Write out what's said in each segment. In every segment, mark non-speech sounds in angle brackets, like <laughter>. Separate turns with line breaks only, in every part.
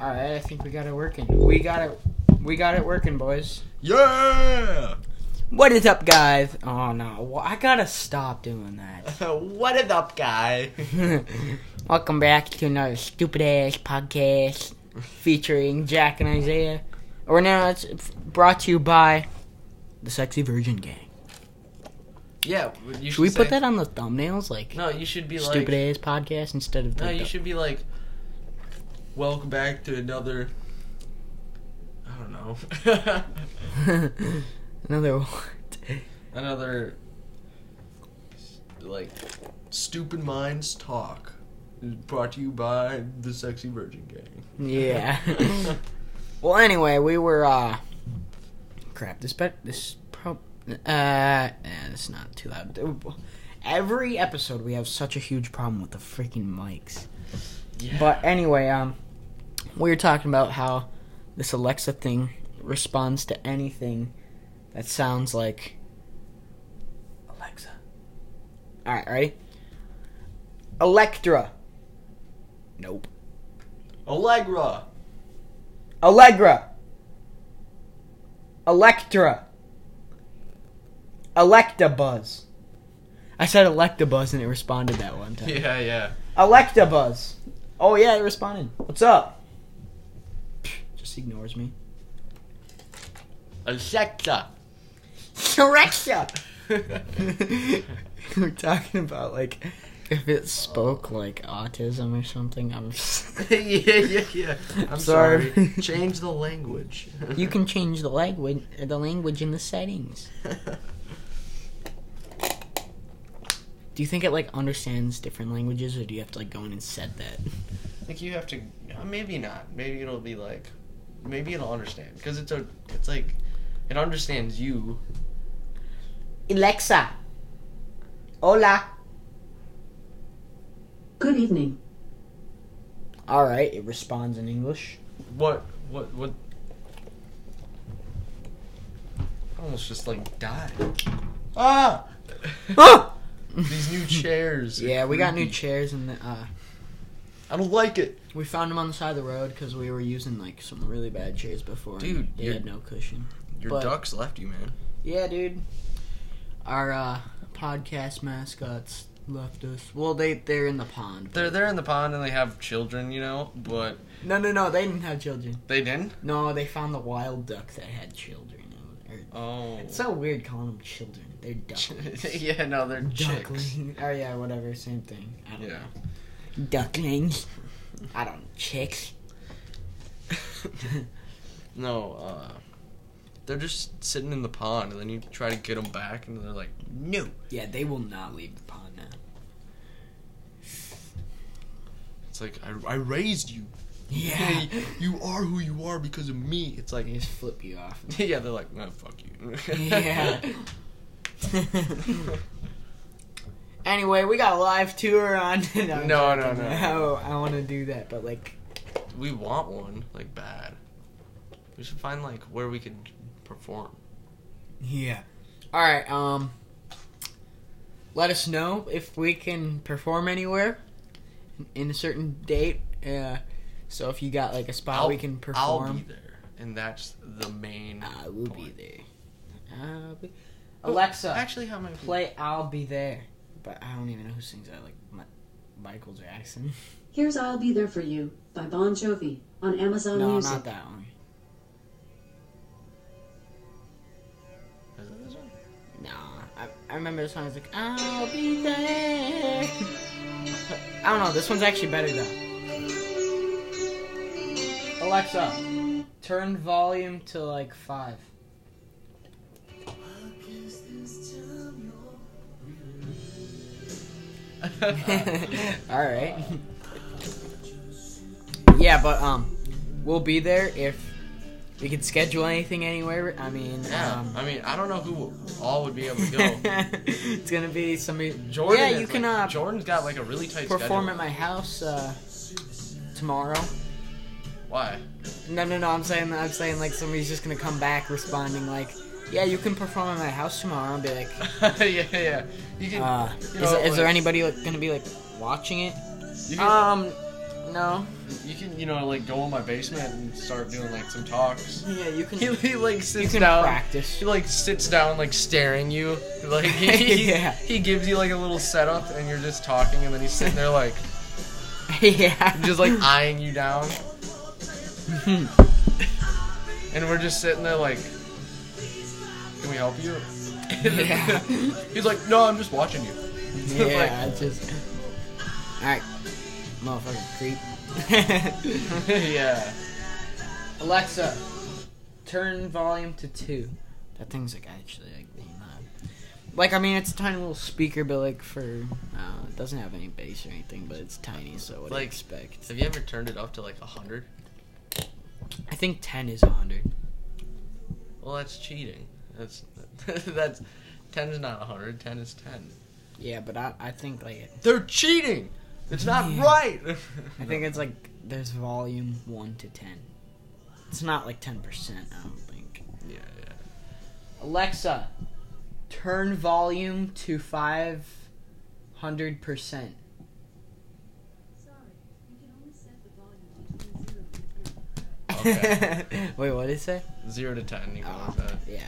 All right, I think we got it working. We got it. We got it working, boys.
Yeah!
What is up, guys? Oh no, well, I gotta stop doing that.
<laughs> what is up, guy?
<laughs> Welcome back to another stupid ass podcast featuring Jack and Isaiah. Or now it's it's brought to you by the Sexy Virgin Gang.
Yeah, you
Should we put
say-
that on the thumbnails, like
No, you should be
stupid
like.
ass podcast instead of?
No,
the
you should be like. Welcome back to another. I don't know. <laughs>
<laughs> another what?
another. Like, stupid minds talk. Is Brought to you by the Sexy Virgin Gang. <laughs>
Yeah. Well, anyway, we were uh, crap. This bet this prob uh, eh, it's not too loud. Every episode we have such a huge problem with the freaking mics.
yeah.
But anyway, um, we were talking about how this Alexa thing responds to anything that sounds like Alexa. All right, ready? Electra. Nope.
Allegra!
Allegra. Electra. Electabuzz. I said Electabuzz and it responded that one time.
Yeah, yeah.
Electabuzz. Oh yeah, it responded. What's up? Just ignores <laughs> me. <laughs>
Alexa!
Alexa. <laughs> We're talking about like if it spoke like autism or something. I'm. Just...
<laughs> yeah, yeah, yeah. I'm
Sorry.
sorry. Change the language.
<laughs> you
<laughs>
can change the language, the language in the settings. Do you think it like understands different languages, or do you have to like go in and set that?
like you have to. uh, Maybe not. Maybe it'll be like. Maybe it'll understand because it's a. It's like. It understands you.
Alexa, hola.
Good evening.
All right, it responds in English.
What? What? What? I almost just like died. Ah! <laughs> These new chairs. are
yeah, we got new
creepy.
chairs and uh,
I don't like it,
we found them on the side of the road because we were using like some really bad chairs before. and
Dude,
they
you're-
had no cushion.
Your
But-
ducks left you, man.
Yeah, dude. Our uh, podcast mascots left us. Well, they they're in the pond.
They're they're in the pond and they have children, you know. But
No, no, no. They didn't have children.
they didn't.
No, they found the wild duck that had children. Or
Oh.
It's so weird calling them children. <laughs> They're ducklings.
<laughs> yeah, no, they're chicks.
Duckling. Oh yeah, whatever. Same thing. I don't
Yeah.
know. Ducklings. I don't chicks.
<laughs> No, uh, they're just sitting in the pond, and then you try to get them back, and they're like, "No."
Yeah, they will not leave the pond now.
It's like I, I raised you. <laughs>
Yeah.
you are who you are because of me. It's
<laughs>
like, <laughs>
they just flip you off.
yeah, they're like, "No, fuck you."
Yeah. <laughs> anyway, we got a live tour on. <laughs> no, I'm
No, no,
joking.
no.
No, I want to do that, but like,
<laughs> we want one like bad. We should find like where we could perform.
yeah. All right. Um. Let us know if we can perform anywhere in a certain date. Uh, so if you got like a spot we can perform.
I'll be there, and that's the main.
I will be
point.
there. I'll be... Alexa,
Oh, Actually, how many?
play "I'll Be There," but I don't even know who sings that. Like Mi- Michael Jackson.
Here's I'll Be There For You by Bon Jovi on Amazon
no,
Music.
not that one.
Is it this one?
No, I, I remember this song. It's like "I'll Be There." <laughs> I don't know. This one's actually better though. Alexa, turn volume to like five. <laughs> <laughs>
<laughs>
All right. yeah, but um, we'll be there if we can schedule anything anywhere. I mean,
Yeah,
um,
I mean, I don't know who all would be able
<laughs>
to go.
it's gonna be somebody.
Jordan,
yeah,
is,
you can
like-
uh,
Jordan's got like a really tight
perform
schedule.
at my house uh, tomorrow.
Why? <laughs>
No, no, no. I'm saying, I'm saying, like somebody's just gonna come back responding like, "Yeah, you can perform at my house tomorrow." I'll be
<laughs>
like,
yeah, yeah. You can.
uh,
you
is,
know,
is there
like,
anybody like, gonna be like watching it?
You can,
Um, No.
You can, you know, like go in my basement and start doing like some
<laughs>
talks.
Yeah, you can.
<laughs> He, he like sits
you can
down.
practice.
<laughs>
<laughs>
He like sits down, like staring you. Like he,
Yeah.
he gives you like a little setup, and you're just talking, and then he's sitting there like
yeah. <laughs>
just like <laughs> eyeing you down. and we're just sitting there like, can we help you?
Yeah.
<laughs> he's like, no, I'm just watching you.
yeah. it's just. All right, motherfucking creep. <laughs>
<laughs> yeah.
Alexa, turn volume to two. That thing's like actually like being loud. Like I mean, it's a tiny little speaker, but like for uh, it doesn't have any bass or anything, but it's tiny. So what do you
Like-
expect?
Have you ever turned it up to like hundred?
I think ten is hundred.
Well, that's cheating. That's <laughs> that's ten is not hundred. Ten is ten.
Yeah, but I I think like it,
They're cheating. It's not
Yeah.
right. <laughs>
I think it's like there's volume one to ten. It's not like ten percent. I don't think.
yeah, yeah.
Alexa, turn volume to five hundred percent.
Sorry, you can only set the volume between 0 and 10.
Okay.
<laughs> Wait, what did it say?
Zero to ten. You go
Oh,
with that.
yeah.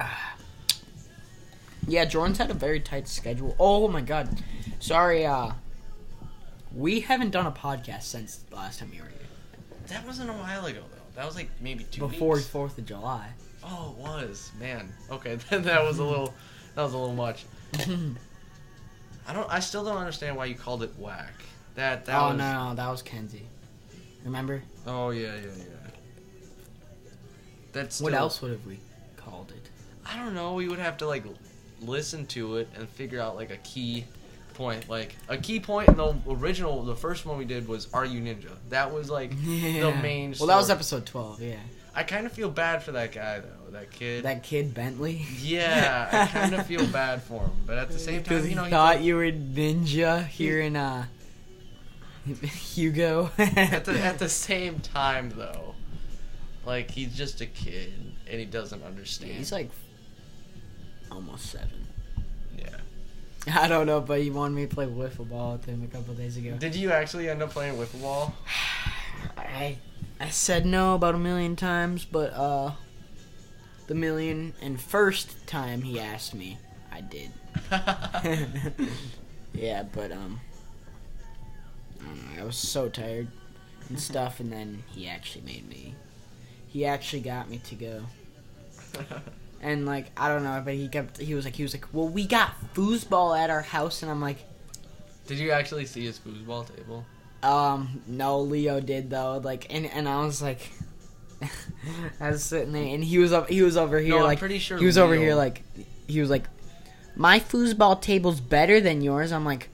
Ah. Yeah, Jordan's had a very tight schedule. Oh my god. Sorry, uh we haven't done a podcast since the last time you were here.
That wasn't a while ago though. That was like maybe two
Before
weeks.
Fourth of
<laughs>
July.
Oh, it was man. Okay, <laughs> then that was a little. That was a little much.
Oh,
I don't. I still don't understand why you called it whack. That that
oh
was.
no, no, that was Kenzie. Remember?
Oh yeah, yeah, yeah. That's
What
still-
else would have we called it?
I don't know. We would have to like l- listen to it and figure out like a key point. Like a key point in the original, the first one we did was "Are You Ninja." That
<laughs>
was like the
Yeah.
main.
Well, that was
story.
episode twelve. Yeah,
I kind of feel bad for that guy though. That kid.
that kid Bentley.
yeah, I kind of
<laughs>
feel bad for him, but at the same
Because
time,
he
you know,
thought you were ninja here in uh <laughs> Hugo.
at
<laughs>
the at the same time though, like he's just a kid and he doesn't understand.
He's like almost seven. <laughs>
yeah.
I don't know, but he wanted me to play wiffle ball with him a couple days ago.
Did you actually end up playing wiffle ball?
<laughs> I I said no about a million times, but uh, the million and first time he asked me, I did. <laughs> yeah, but um, I don't know. I was so tired and stuff, and then he actually made me. He actually got me to go. And like I don't know, but he kept. He was like, he was like, well, we got foosball at our house, and I'm like,
Did you actually see his foosball table?
Um, no, Leo did though. Like, and and I was like, <laughs> I was sitting there, and he was up. He was over here.
No, I'm
like,
pretty sure
he was over
Leo-
here. Like, he was like, my foosball table's better than yours. I'm like,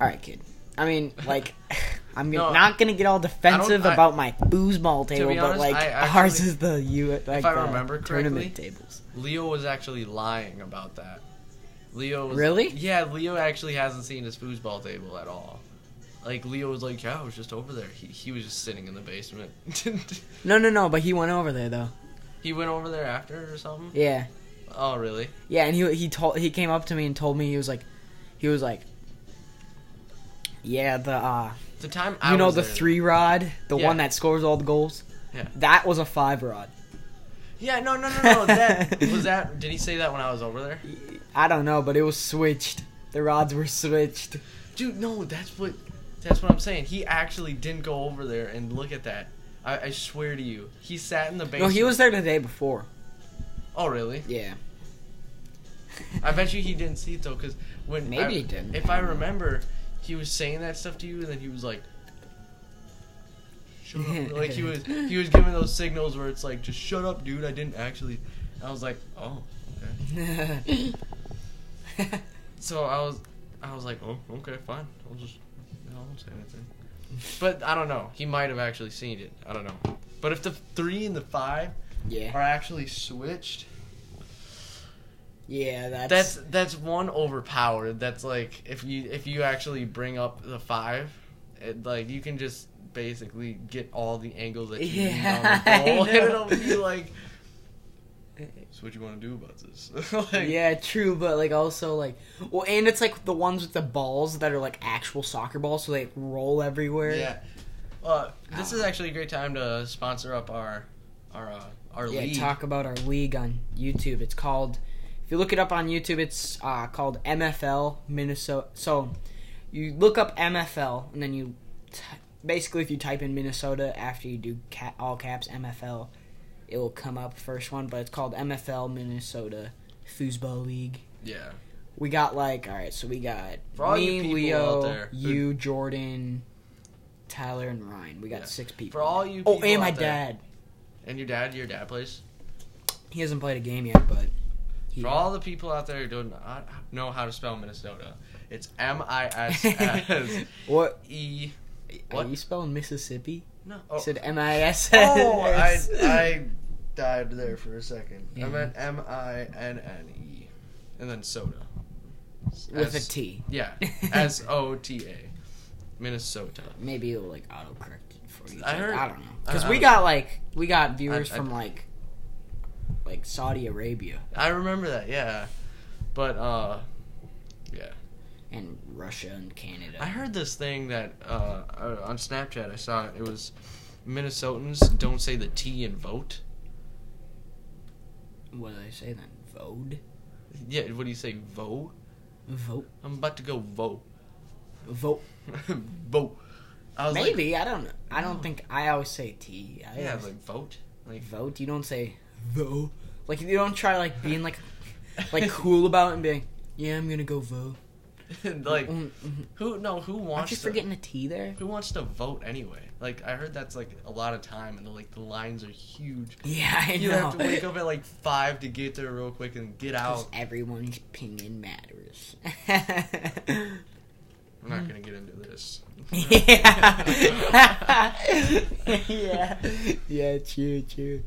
all right, kid. I mean, like, <laughs> I'm
No,
not gonna get all defensive
I-
about my foosball table, but
honest,
like
I actually-
ours is the you. Like,
I
the
remember
tournament
correctly-
tables.
Leo was actually lying about that. Leo was,
Really?
Yeah, Leo actually hasn't seen his foosball table at all. Like Leo was like, yeah, I was just over there. He, he was just sitting in the basement. <laughs>
No, no, no. But he went over there though.
he went over there after or something.
Yeah.
Oh really?
Yeah, and he he told he came up to me and told me he was like, he was like, yeah, the uh,
The time
you
I
know
was
the
there-
three rod, the
Yeah.
one that scores all the goals.
Yeah.
That was a five rod.
Yeah, no, no, no, no. <laughs> That was that. Did he say that when I was over there?
I don't know, but it was switched. The rods were switched.
Dude, no. That's what. That's what I'm saying. He actually didn't go over there and look at that. I, I swear to you, he sat in the basement.
No, he was there the day before.
Oh really?
Yeah.
I bet you he didn't see it though, because when
Maybe
I-
he didn't.
If I remember, he was saying that stuff to you, and then he was like, "Shut up!" like he was he was giving those signals where it's like, "Just shut up, dude. I didn't actually." I was like, "Oh, okay." So I was I was like, "Oh, okay, fine. I'll just I won't say anything." But I don't know. He might have actually seen it. I don't know. But if the three and the five
<laughs> yeah.
are actually switched,
Yeah. That's.
That's that's one overpowered. That's like if you if you actually bring up the five, it, like you can just basically get all the angles that you need on
Yeah, <laughs>
the goal, <laughs>
I
and
know.
it'll be like So what you want to do about this? <laughs> like,
Yeah, true, but like also like well, and it's like the ones with the balls that are like actual soccer balls, so they like, roll everywhere.
Yeah. Uh, this is actually a great time to sponsor up our our uh, our
Yeah,
league.
talk about our league on YouTube. It's called, if you look it up on YouTube, it's uh, called MFL Minnesota. So you look up MFL, and then you t- basically, if you type in Minnesota after you do ca- all caps MFL, it will come up first one. But it's called MFL Minnesota Foosball League.
Yeah.
We got like, all right, so we got
For all you
me,
people out
Leo,
there who-
you, Jordan, Tyler, and Ryan. We got
Yeah.
six people.
For all you.
oh,
people
and my
out there-
dad.
And your dad. Your dad plays.
He hasn't played a game yet, but. He <laughs>
For all the people out there who do not know how to spell Minnesota, it's M I
<laughs>
S S
What
E.
are
What?
you spelling Mississippi?
No.
You
Oh,
said M I S <laughs> S.
<laughs> oh I, I died there for a second.
Yeah.
I meant M I N N E, and then soda.
with
S-
a T. <laughs>
Yeah, S O T A, Minnesota.
Maybe it'll like autocorrect it for you.
I heard-
I don't know because
I-
we
I-
got like we got viewers
I- I-
from like like Saudi Arabia
I remember that. Yeah, but uh, yeah.
and Russia and Canada.
I heard this thing that uh, uh, on Snapchat I saw it. It was Minnesotans don't say the T in vote.
what did I say then? Vote,
Yeah, what do you say, vote?
vote,
I'm about to go vote. <laughs>
vote.
vote. I was Like, Oh.
Maybe I don't. know. I don't think I always say T. I
yeah,
always
like vote. Like
vote. You don't say vote. Like you don't try like being like
<laughs>
like cool about it and being yeah I'm gonna go vote.
like
Mm, mm.
who? No, who
aren't
wants
you
to?
forgetting the T there?
Who wants to vote anyway? Like I heard that's like a lot of time, and the, like the lines are huge.
Yeah, I
You
know.
have to wake up at like five to get there real quick and
<laughs>
get
'Cause
out.
everyone's opinion matters. <laughs>
I'm
mm.
not gonna get into
<laughs>
this. <laughs>
yeah. yeah. <laughs> Yeah, true, <laughs> true.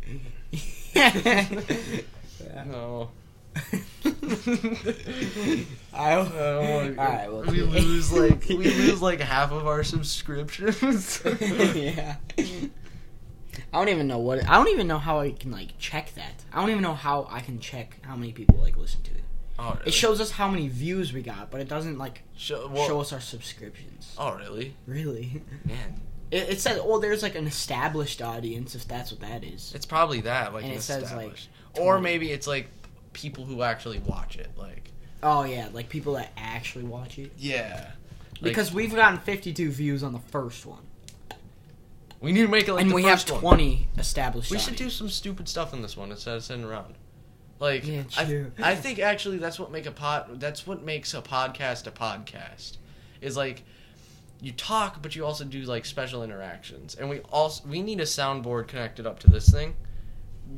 <laughs> Yeah. <laughs>
No. <laughs>
I
I don't wanna-
Alright, well, <laughs>
Oh we lose like we lose like half of our subscriptions. <laughs>
<laughs> yeah. I don't even know what I don't even know how I can like check that. I don't even know how I can check how many people like listen to it.
Oh, really?
It shows us how many views we got, but it doesn't like
Show, well,
show us our subscriptions.
Oh, really?
Really? <laughs>
Man,
It, it says, "Oh, there's like an established audience, if that's what that is."
it's probably that. Like,
And
an
it says,
established-
like,
or
20.
maybe it's like people who actually watch it. Like,
Oh yeah, like people that actually watch it.
yeah, Like-
Because we've gotten 52 views on the first one,
we need to make it like
and
the
we have
first
20
One.
established.
We should do
audience.
some stupid stuff in this one instead of sitting around. Like,
Yeah,
I,
true.
I think actually that's what make a pod. That's what makes a podcast a podcast. Is like you talk, but you also do like special interactions, and we also we need a soundboard connected up to this thing.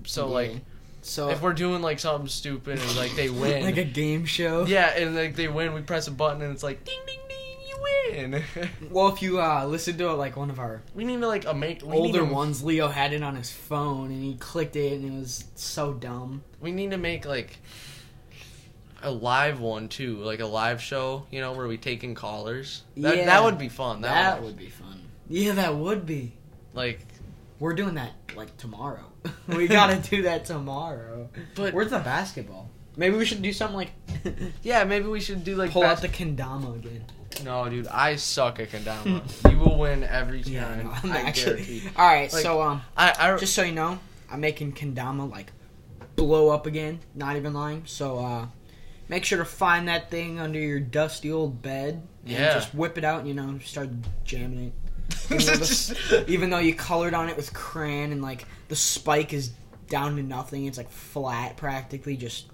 So
Yeah.
like,
so
if we're doing like something stupid and
<laughs>
like they win,
like a game show.
Yeah, and like they win, we press a button and it's like ding ding ding, you
<laughs>
win.
Well, if you uh, listen to like one of our
we need to like a make we need
older
to,
ones, Leo had it on his phone, and he clicked it, and it was so dumb.
We need to make like a live one too, like a live show, you know, where we take in callers. That,
Yeah.
that would be fun. That,
That
would,
would be fun. Yeah, that would be.
like
We're doing that like tomorrow. <laughs> we gotta do that tomorrow.
But-
where's the basketball? Maybe we should do something like
yeah, maybe we should do <laughs> like
pull out
best-
the kendama again.
<laughs> No, dude, I suck at
<laughs>
kendama. you will win every time.
Yeah, no, I'm
I
actually.
guarantee.
<laughs> All right,
Like-
so um,
I, I <laughs>
just so you know, I'm making kendama like blow up again. Not even lying. So uh, make sure to find that thing under your dusty old bed and
Yeah.
just whip it out. and, You know, start jamming it. Even though, the- even though you colored on it with crayon and like the spike is down to nothing, it's like flat practically. Just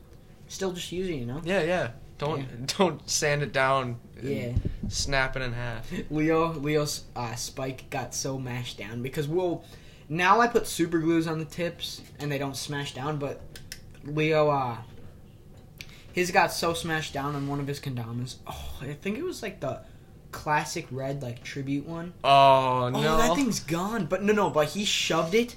still just using, you know.
<laughs> yeah, yeah. Don't don't sand it down. and
Yeah.
Snap it in half.
Leo Leo's uh, spike got so mashed down because well, now I put super glues on the tips and they don't smash down. But Leo, uh, his got so smashed down on one of his kendamas. Oh, I think it was like the classic red like tribute one.
Oh
Oh,
no. <laughs>
that thing's gone. But no, no, but he shoved it.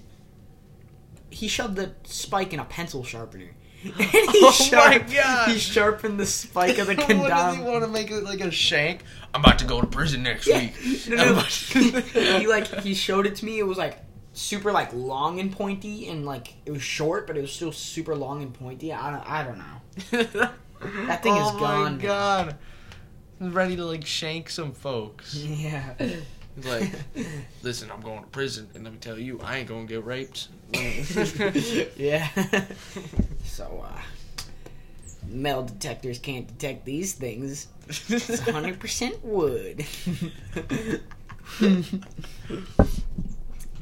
He shoved the spike in a pencil sharpener. <laughs> And he
<laughs> Oh my
sharp-
God.
He sharpened the spike of the
<laughs> What, does
kendama.
he want to make it like a shank? I'm about to go to prison next
Yeah.
week.
<laughs> No,
I'm
no, no. <laughs>
about to-
he like he showed it to me. It was like super like long and pointy, and like it was short, but it was still super long and pointy. I don't, I don't know. <laughs>
that
thing is
oh
gone
my
now.
god. I'm ready to like shank
<laughs>
some folks.
Yeah.
He's like, listen, I'm going to prison, and let me tell you, I ain't gonna get
<laughs>
raped.
<laughs> yeah. <laughs> so, uh, metal detectors can't detect these things. It's 100% wood.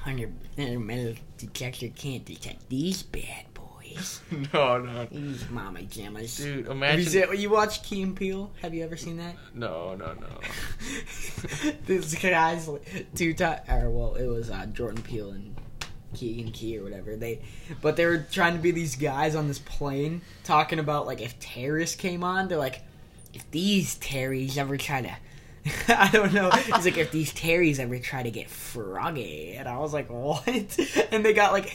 100 uh, metal detector can't detect these bad boys.
<laughs> no, no,
These mama jammers. Have
dude.
you,
Imagine.
seen- you watch Key and Peele? Have you ever seen that?
No, no, no.
<laughs> this guy's li- two times, or well, it was uh, Jordan Peele and Keegan Key or whatever. They, but they were trying to be these guys on this plane talking about like if terrorists came on, they're like, if these terries ever try to. <laughs> I don't know. It's like if these Terrys ever try to get froggy, and I was like, "What?" <laughs> And they got like,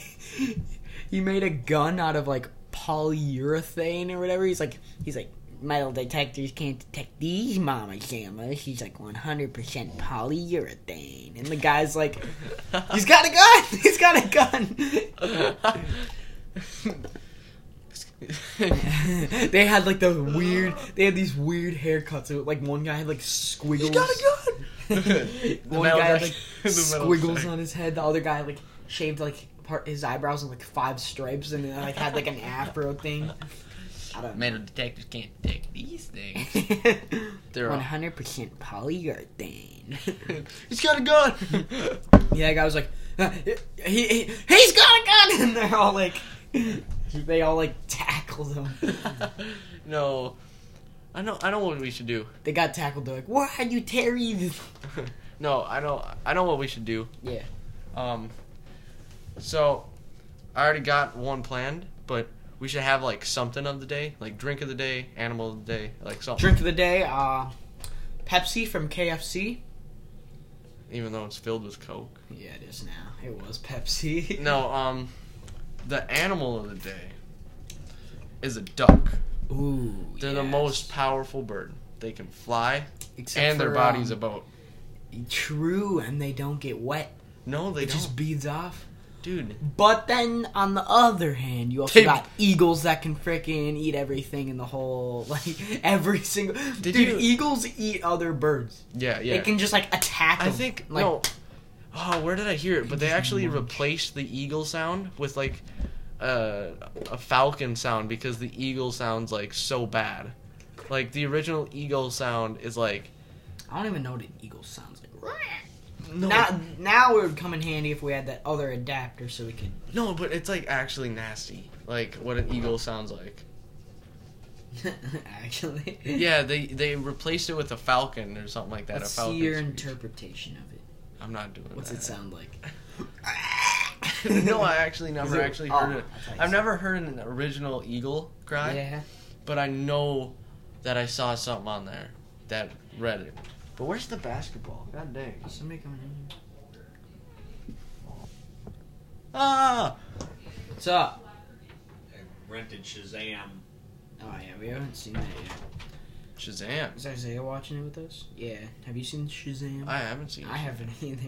he made a gun out of like polyurethane or whatever. He's like, he's like, metal detectors can't detect these mama jammers. He's like 100% polyurethane, and the guy's like, he's <laughs> got a gun. He's got a gun. <laughs> they had like the weird. They had these weird haircuts. It was, like one guy had like squiggles. <laughs>
gun. <laughs>
one guy had like
The metal
squiggles
detector. <laughs>
on his head. The other guy like shaved like part his eyebrows in like five stripes, and then like had like an afro thing. I don't know.
Metal detectors can't detect these things.
<laughs>
They're all-
One hundred percent polyurethane. <laughs>
<laughs> He's got a gun.
yeah, the guy was like, "Uh, he, he he's got a gun, <laughs> and they're all like, they all like tackled
<laughs>
him.
no, I know. I know what we should do.
They got tackled. They're like, why are you Terry?
No, I know. I know what we should do.
Yeah.
Um, so I already got one planned, but we should have like something of the day, like drink of the day, animal of the day, like something.
Drink of the day, uh, Pepsi from KFC.
Even though it's filled with coke.
Yeah, it is now. It was Pepsi.
No, um, the animal of the day is a duck.
<laughs> Ooh.
They're the
yes.
most powerful bird. They can fly,
Except
and their
for,
body's
um,
a boat.
True, and they don't get wet.
No, they
It
just
just beads off.
dude.
But then, on the other hand, you also
They-
got eagles that can frickin' eat everything in the whole, <laughs> like every single.
Did
dude,
you-
eagles eat other birds.
Yeah, yeah.
They can just like attack.
I
'em.
think
like
no. Oh, where did I hear it? But they actually replaced the eagle sound with like uh, a falcon sound because the eagle sounds like so bad. Like the original eagle sound is like
I don't even know what an eagle sounds like.
no,
Now, now it would come in handy if we had that other adapter so we could. <laughs>
no, but it's like actually nasty. Like what an eagle sounds like.
actually. <laughs>
Yeah, they they replaced it with a falcon or something like that.
Let's
a falcon.
see your
speech.
interpretation of it.
I'm not doing
What's
that. <laughs>
it sound like? <laughs>
no, I actually never
it-
actually
oh,
heard it.
I thought you
I've
said-
never heard an original eagle cry.
Yeah.
but I know that I saw something on there that read it. But where's the basketball? God dang.
Somebody coming in here.
Ah!
What's up?
I
<laughs>
rented Shazam.
Oh yeah, we haven't seen that yet.
Shazam.
Is Isaiah watching it with us? Yeah. Have you seen Shazam?
I haven't seen it.
I haven't <laughs> either.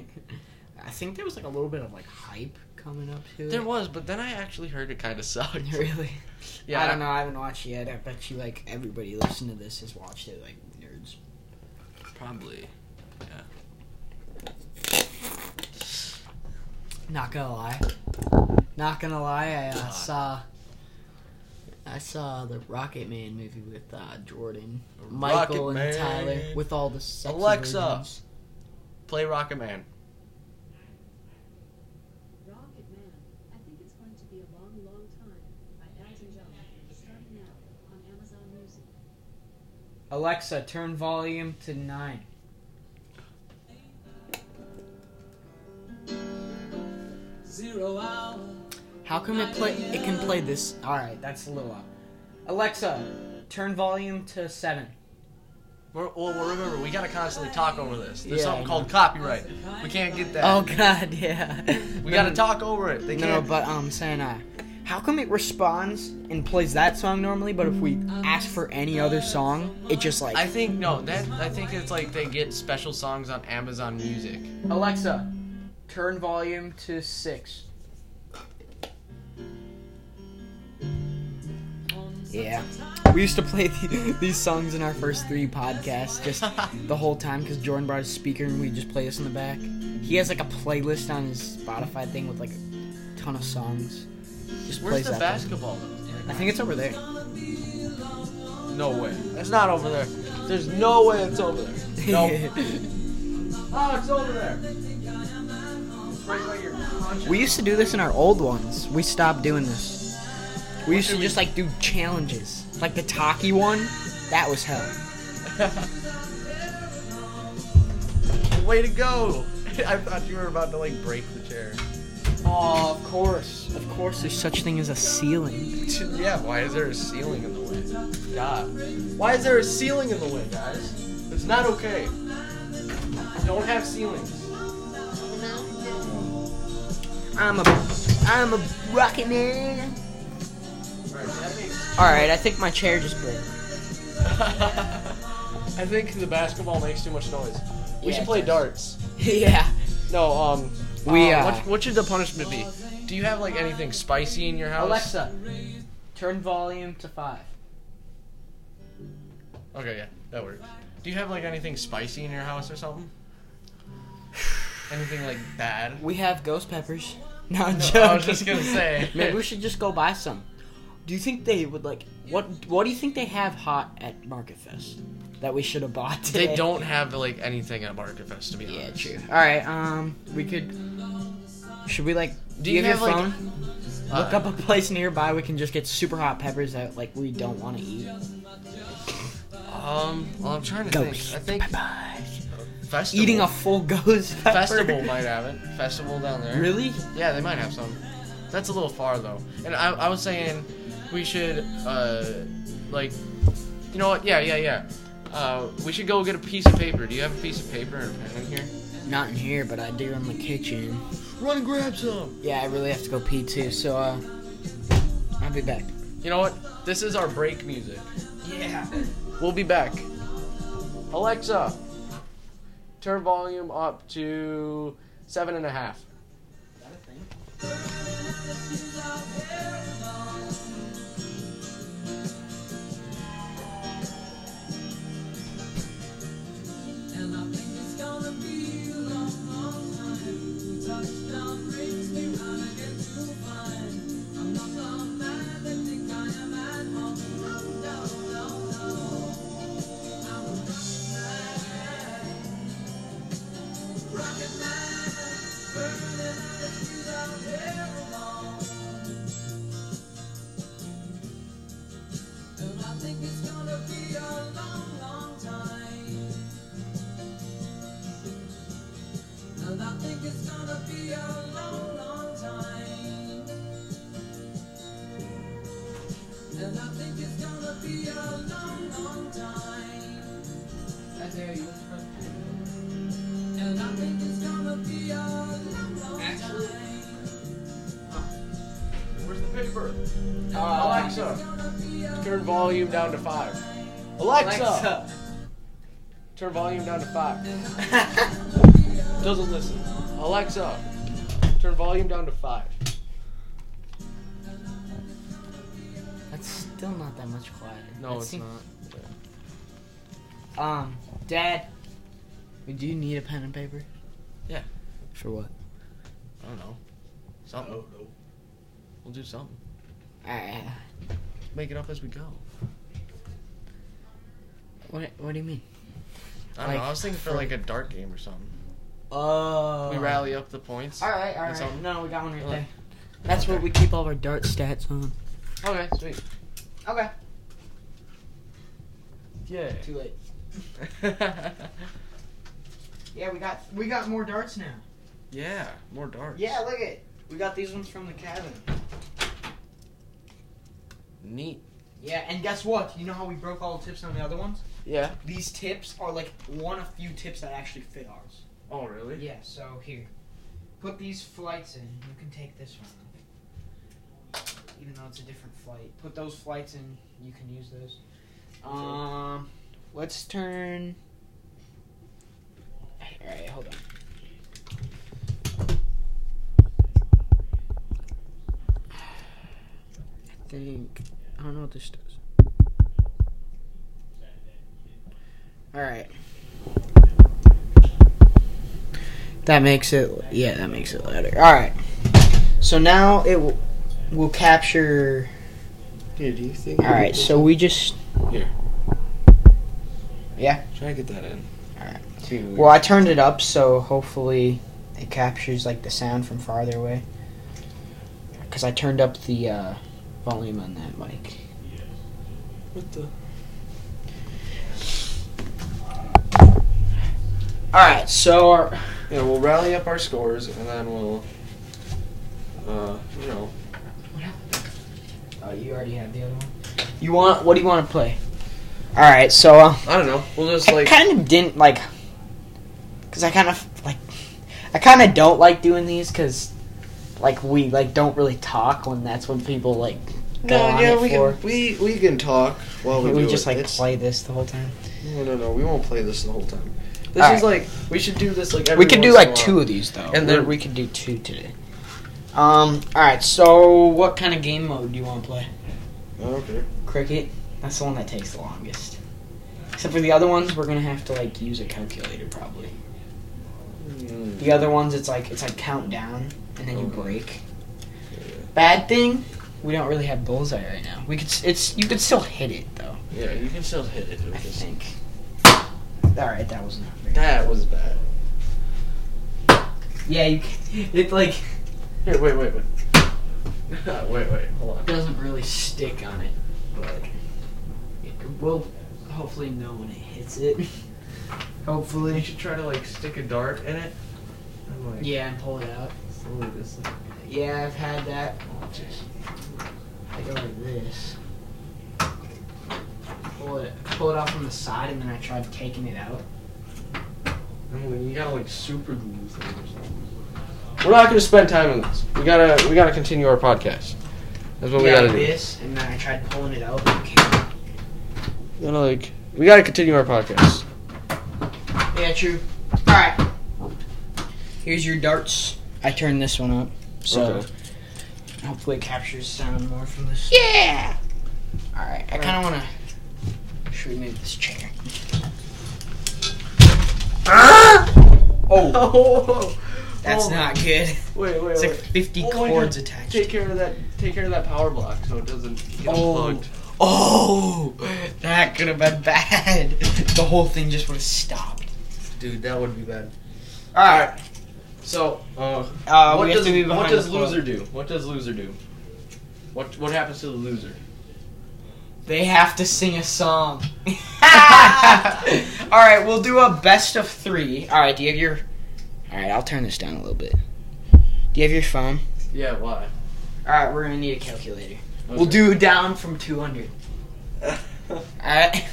I think there was like a little bit of like hype coming up to
There
it.
was, but then I actually heard it kind of
<laughs>
sucked.
Really?
Yeah.
I don't know. I haven't watched it yet. I bet you like everybody listening to this has watched it. Like nerds.
Probably.
Not gonna lie. Not gonna lie, I uh, saw I saw the Rocket Man movie with uh, Jordan, Michael, and
Rocket
Tyler
Man.
with all the sexy
Alexa.
virgins.
Play Rocket Man.
Rocket Man. I think it's going to be a long, long time. By Elton John. Starting now on Amazon Music.
Alexa, turn volume to nine.
Zero hour.
How come it play? It can play this. All right, that's a little up. Alexa, turn volume to seven.
We're, well, well, remember, we gotta constantly talk over this. There's
Yeah,
something
I
called copyright. We can't get that.
Oh God, yeah.
We gotta talk over it. They
No,
can't.
but um, saying uh, how come it responds and plays that song normally, but if we ask for any other song, it just like
I think no. That I think it's like they get special songs on Amazon Music.
Alexa, Turn volume to six. Yeah. We used to play <laughs> the, these songs in our first three podcasts just the whole time because Jordan brought his speaker and we just play this in the back. He has like a playlist on his Spotify thing with like a ton of songs. Just
Where's
plays
the
that. thing.
basketball?
I think it's over <laughs> there.
No way. It's not over there. There's no way it's over there.
<laughs>
No. oh, it's over there. It's right by your conscience.
we used to do this in our old ones. We stopped doing this. We used to just like do challenges, like the Taki one. That was hell.
Way to go! <laughs> I thought you were about to like break the chair.
Oh, of course, of course. There's such thing as a ceiling.
<laughs> yeah, why is there a ceiling in the wind? God. Why is there a ceiling in the wind, guys? It's not okay. Don't have ceilings.
I'm a, I'm a rocket man.
Alright, that makes- <laughs>
All right, I think my chair just broke.
I think the basketball makes too much noise. We
Yeah,
should
it
play darts.
<laughs> yeah.
No, um.
We, uh,
what, what should the punishment be? Do you have like anything spicy in your house?
turn volume to five.
Okay, yeah, that works. Do you have like anything spicy in your house or something? <sighs> anything like bad?
We have ghost peppers. <laughs> No, I'm joking.
I was just gonna say.
<laughs> Maybe we should just go buy some. Do you think they would like what? What do you think they have hot at Market Fest that we should have bought? Today?
They don't have like anything at Market Fest to be
Yeah,
honest.
true. All right, um, we could. Should we like? Do, you, have, your phone?
like, Uh,
Look up a place nearby. We can just get super hot peppers that like we don't want to eat.
Um, well, I'm trying to
Ghost.
think. I think
Bye.
festival,
Eating a full ghost pepper. <laughs>
festival might have it. Festival down there.
Really?
Yeah, they might have some. That's a little far though. And I, I was saying we should uh like you know what? Yeah, yeah, yeah. Uh, we should go get a piece of paper. Do you have a piece of paper and a pen in here?
Not in here, but I do in the kitchen.
Run and grab some.
Yeah, I really have to go pee too, so uh, I'll be
<laughs>
back.
You know what? This is our break music.
Yeah.
We'll be back. Alexa, turn volume up to seven and a half. Where's the paper? Alexa, turn volume down to five. Alexa,
Oh.
turn volume down to five. Doesn't listen. Alexa, turn volume down to five.
That's still not that much quieter.
No,
That
it's
seem-
not.
Um, Dad, do you need a pen and paper?
Yeah.
For what?
I don't know. Something. We'll do something.
Uh,
Make it up as we go.
what? What do you mean?
I don't know. I
Like,
was thinking for
for-
like a dart game or something.
Oh.
we rally up the points.
All right, all
That's all.
right. No, we got one right
Okay.
there. That's where we keep all of our dart stats on.
Okay, sweet.
Okay.
Yeah.
Too late. Yeah, we got we got more darts now.
<laughs> yeah. More darts.
Yeah, look at it. We got these ones from the cabin.
Neat.
Yeah, and guess what? You know how we broke all the tips on the other ones?
Yeah.
These tips are like one of few tips that actually fit ours.
Oh really?
Yeah, so here. Put these flights in. You can take this one. Even though it's a different flight. Put those flights in. You can use those. Um, let's turn. Alright, hold on. think. I don't know what this does. Alright. That makes it. Yeah, that makes it louder. Alright. So now it w- will capture.
Here, do you think?
Alright, so we just.
Here.
Yeah.
Try to get that in.
Alright.
It's gonna be weird.
Well, I turned it up, so hopefully it captures like the sound from farther away. Because I turned up the uh, volume on that mic.
What the?
All right, so our,
Yeah, we'll rally up our scores and then we'll, uh, you know,
oh, you already have the other one. You want what do you want to play? All right, so uh,
I don't know. We'll just
I
like.
kind of didn't like because I kind of like I kind of don't like doing these because like we like don't really talk when that's when people like go
No,
on
yeah,
it
we
for.
can we we can talk while Oh, we,
we
do
just
it.
like
It's-
play this the whole time.
No, no, no. We won't play this the whole time. This
All
is like we should do this like. Every
we could do
once in a
like
while.
two of these though,
And
and
then-
then we could do two today. Um. All right. So, what kind of game mode do you want to play?
Oh, okay.
Cricket. That's the one that takes the longest. Except for the other ones, we're gonna have to like use a calculator probably.
Mm,
The other ones, it's like it's like countdown, and then you
Okay.
break. Bad thing, we don't really have bullseye right now. We could. s- It's you could still hit it though.
yeah, you can still hit it.
I
with this.
think. All right, that was not very.
That was bad.
Yeah, you. c- It like
Here, wait, wait, <laughs> wait. wait, wait. Hold on.
doesn't really stick on it. It will hopefully know when it hits it.
<laughs> You
hopefully.
should try to like stick a dart in it. I'm like,
Yeah, and pull it out.
slowly this. Like,
Yeah, I've had that.
oh, jeez.
I go like this. Pull it, pull it off from the side, and then I tried taking it out.
Emily, you gotta like super glue this thing or something. We're not gonna spend time on this. We gotta we gotta continue our podcast. That's what we
yeah,
gotta
like
do.
this, and then I tried pulling it out. but it came-
We gotta like we gotta continue our podcast.
Yeah, true. All right. Here's your darts. I turned this one up, so
Okay.
hopefully it captures sound more from this. Yeah. All right. I kind of want to. Should we move this chair? Oh,
<laughs> <laughs> Oh,
that's not good. <laughs>
Wait, wait,
It's like
wait.
50
Oh my
cords
God.
attached.
Take care of that. Take care of that power block so it doesn't get
Oh.
unplugged.
Oh, that could have been bad. <laughs> The whole thing just would have stopped.
Dude, that would be bad.
All right.
So, uh,
Uh,
what
we have
does,
to be
what
behind
does
the club.
loser do? What does loser do? What what happens to the loser?
They have to sing a <laughs> song. All right, we'll do a best of three. All right, do you have your? All right, I'll turn this down a little bit. Do you have your phone?
Yeah, why?
All right, we're gonna need a calculator. We'll do down from two hundred.
<laughs>
All right.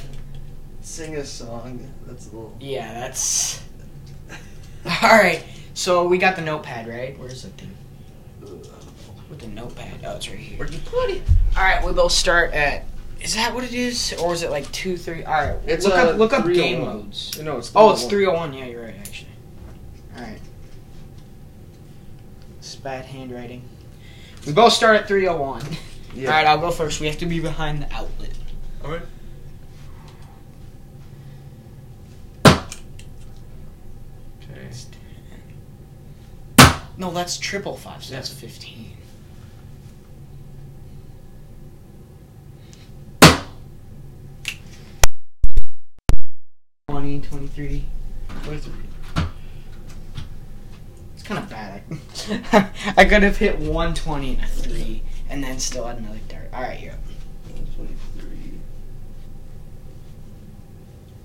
Sing a song. That's a little.
<laughs> Yeah, <laughs> that's. All right. So we got the notepad, right? Where's the thing? With the notepad. Oh, it's right here.
Where'd you put it?
All right, well they'll start at. Is that what it is, or is it like two, three? All right,
It's,
look
uh,
up, look up game
301.
modes.
No, it's
Oh, it's 301. Yeah, you're right, actually. Alright. It's bad handwriting. We both start at 301. Alright, I'll go first. We have to be behind the outlet.
All right. Okay.
No, that's triple five, so that's
Yeah.
15. Twenty, twenty-three.
Twenty-three.
It's kind of bad. I, <laughs> I could have hit 120 and a 3, and then still had another dart. Alright, you're up.
Twenty-three.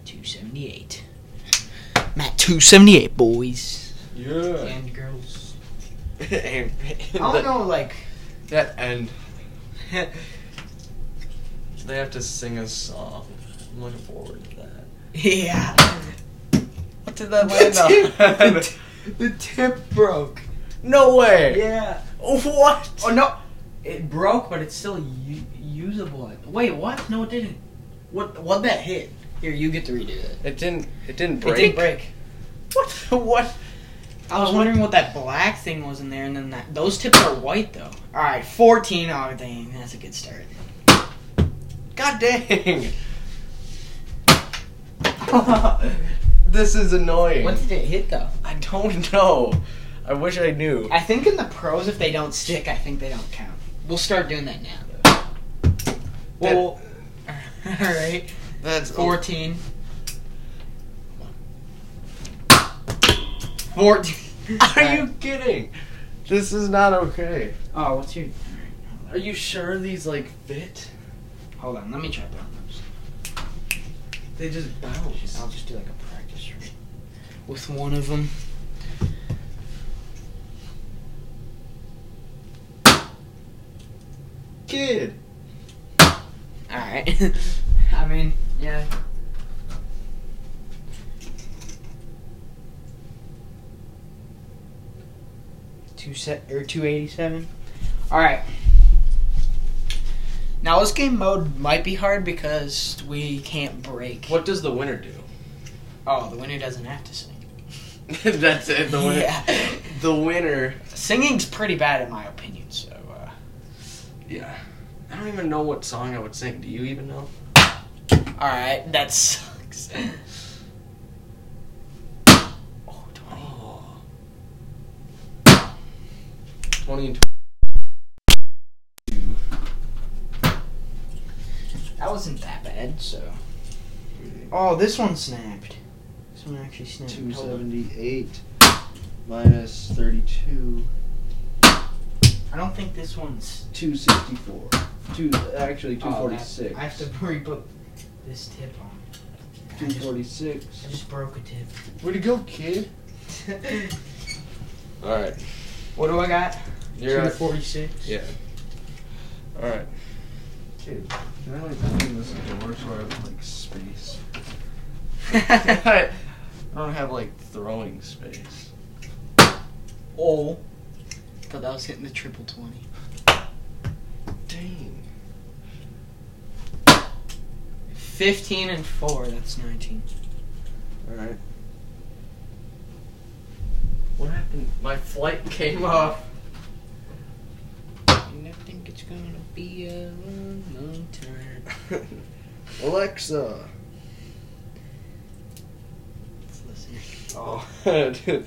278. Matt 278 boys
Yeah.
and girls.
<laughs> and,
I don't
that,
know like <laughs>
that end. they have to sing a song. I'm looking forward to that.
yeah. What did that land
<laughs> The
up?
tip-
the, t- the tip broke.
No way.
Yeah.
Oh, what?
Oh no. It broke but it's still u- usable. Wait, what? No it didn't. What what that hit? Here, you get to redo it.
It didn't. It didn't
It
break.
didn't break.
<laughs> What? What?
I was wondering what that black thing was in there, and then that those tips are white though. All right, fourteen. Oh dang, that's a good start.
God <laughs> dang. this is annoying.
What did it hit though?
I don't know. I wish I knew.
I think in the pros, if they don't stick, I think they don't count. We'll start doing that now. Well, <laughs> all right,
That's
fourteen. Fourteen.
<laughs> Are you kidding? This is not okay.
Oh, what's your? all right,
Are you sure these like fit?
Hold on, let me try down those.
They just bounce.
I'll just do like a practice run with one of them.
Kid.
All right. <laughs> I mean, yeah. Two set or two eighty seven. All right. Now this game mode might be hard because we can't break.
What does the winner do?
Oh, the winner doesn't have to sing.
<laughs> That's it. The winner.
Yeah. <laughs>
The winner.
Singing's pretty bad in my opinion. So uh,
Yeah. I don't even know what song I would sing. Do you even know?
all right, that sucks. <laughs>
Oh, 20. Oh. 20 and 22.
That wasn't that bad. So. Oh, this one snapped. This one actually snapped. Hold on.
278 minus 32.
I don't think this one's
264. Two, actually,
Oh, that- I have to <laughs> re-put this tip on. I just, I
246.
just broke a
Where'd you go, kid? <laughs>
tip.
Alright.
what do I got?
You're at-
246.
Yeah. Alright. Kid, can I like open this door so I have like space? <laughs>
<laughs>
I don't have like throwing space.
oh. Thought that was hitting the triple 20.
Dang.
15 and 4, that's 19.
Alright. What happened? My flight came off.
I think it's gonna be a long, long time.
<laughs> Alexa.
Let's <laughs> listen.
Oh, <laughs> dude.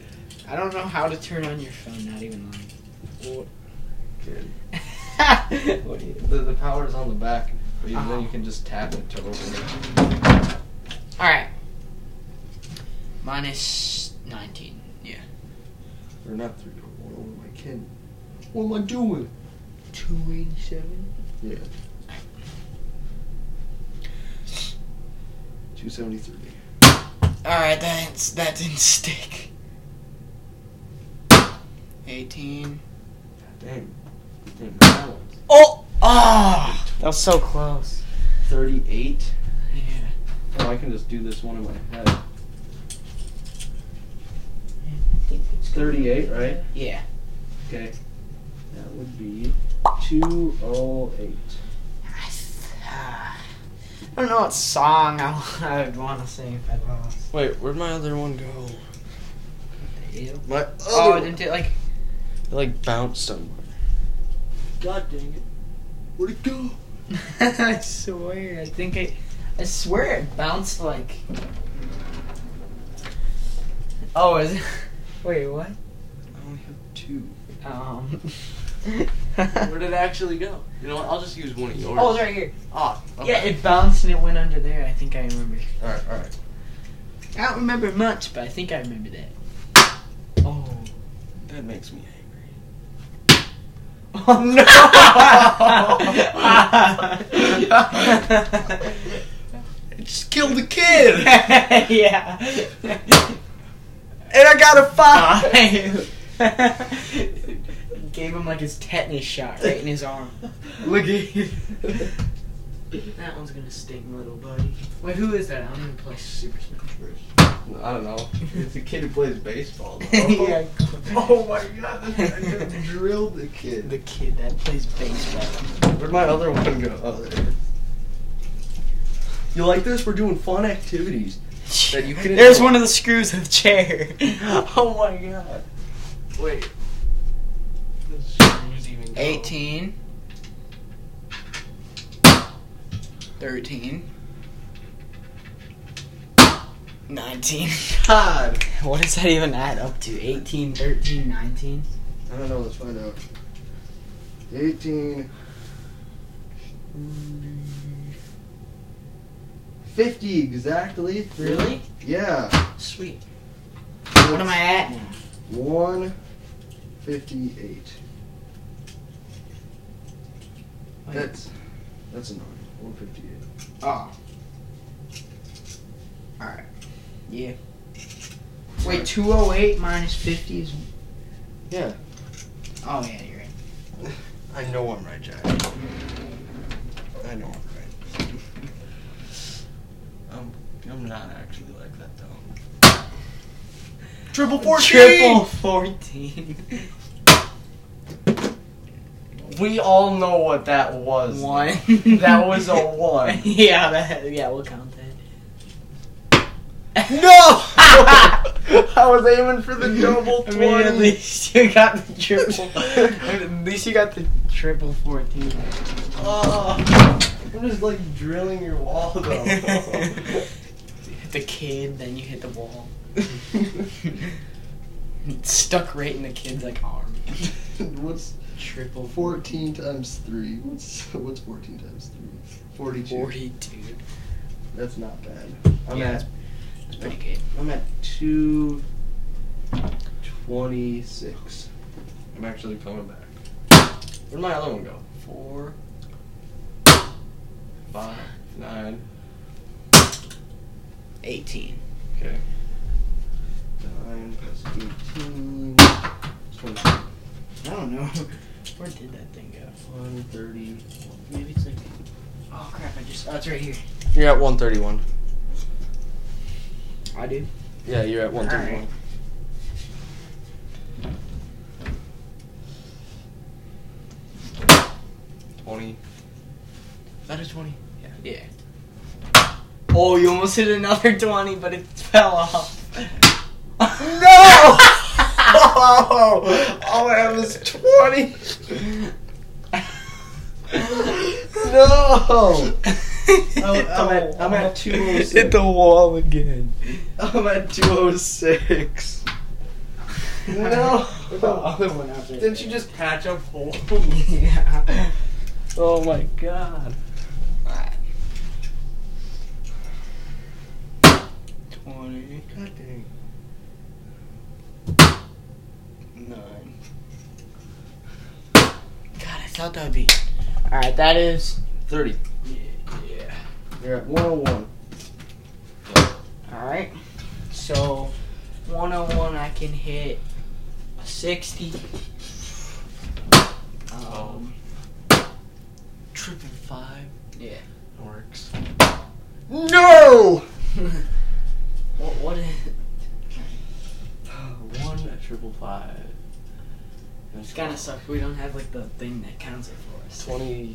I don't know how to turn on your phone, not even
Dude.
lying. <laughs>
What do you- the, the power is on the back, but you,
Uh-huh.
then you can just tap it to open it.
Alright. Minus 19. Yeah.
Or not three. What am I kidding? What am I doing?
287?
Yeah. 273.
Alright, that's, that didn't stick. 18.
Damn. Damn, that one's
Oh! Oh! That was so close.
38.
Yeah.
Oh, I can just do this one in my head. 38, right?
Yeah.
Okay. That would be 208.
I th- I don't know what song I, <laughs> I would want to sing if I lost.
Wait, where'd my other one go? My other
Oh, didn't it like.
It like bounced somewhere. God dang it. Where'd it go?
<laughs> I swear, I think it. I swear it bounced like. Oh, is it? <laughs> Wait, what?
I only have two.
Um.
Where did it actually go? You know what? I'll just use one of yours.
oh, it's right here.
Ah, okay.
Yeah, it bounced and it went under there. I think I remember.
Alright, alright.
I don't remember much, but I think I remember that. Oh.
That makes <laughs> me angry.
<laughs> Oh no!
It just killed the kid!
<laughs>
<laughs>
yeah.
and I got a <laughs>
Gave him like his tetanus shot right in his arm.
Look at
That one's gonna sting, little buddy. Wait, who is that? I don't even play
<laughs>
Super Smash Bros.
I don't know. It's a kid who plays baseball. though.
<laughs> yeah,
Oh my god, this guy just drilled the kid.
the kid that plays baseball.
Where'd my other one go? Oh, there it is. You like this? We're doing
<laughs>
fun activities. That you can-
There's one of the screws of the chair.
oh my god. Wait. Does Screws even go?
18. 13. 19.
<laughs> God.
What does that even add up to? 18, 13, 19?
I don't know. Let's find out. 18. 50 exactly.
Really?
Yeah.
Sweet. What am I at now?
158.
Wait.
That's that's annoying. 158.
Oh. Alright. Yeah. Wait, 208 minus 50 is.
Yeah.
Oh, yeah, you're right.
I know I'm right, Jack. I know I'm right. I'm, I'm not actually like that though. Triple
Triple 14.
We all know what that
<laughs>
was.
One.
That was a <laughs> one.
<laughs> yeah, that, yeah, we'll count that.
<laughs> No! I was aiming for the double
I
twenty.
mean, at least you got the
<laughs>
triple. at least you got the triple 14.
Oh, I'm just like drilling your wall <laughs> though.
You hit the kid, then you hit the <laughs> wall. Stuck right in the kid's like arm.
What's
Triple
14 times 3?
<laughs>
What's what's 14 times 3? 42.
42.
That's not bad.
I'm
Yeah,
at
That's pretty good.
I'm at two twenty six. I'm actually coming back. Where'd my other one go? Four, five, nine.
18.
Okay. Nine plus eighteen. Twenty.
I don't know. Where did that thing go?
One thirty.
Maybe it's like. Oh crap, I just. Oh, it's right here.
You're at one thirty one.
I do.
Yeah, you're at one thirty one.
Alright.
Twenty.
That is 20.
Yeah.
Yeah. Oh, you almost hit another 20, but it fell <laughs> off.
No! <laughs> Oh, all I have is 20. No! I'm at- I'm at 206.
Hit the wall again.
I'm at
<laughs>
206. No! <laughs>
Put the other one out there.
Didn't you just patch up holes? <laughs>
yeah.
Oh my god.
Alright. 20.
God dang.
9. God, I thought that would be. Alright, that is.
30.
yeah.
You're at 101.
All right. So 101, I can hit a 60. Um,
Triple five.
yeah. <laughs>
Works. Oh,
No. what? What? Is,
One at triple five.
it's kind of sucks. We don't have like the thing that counts it for us.
20,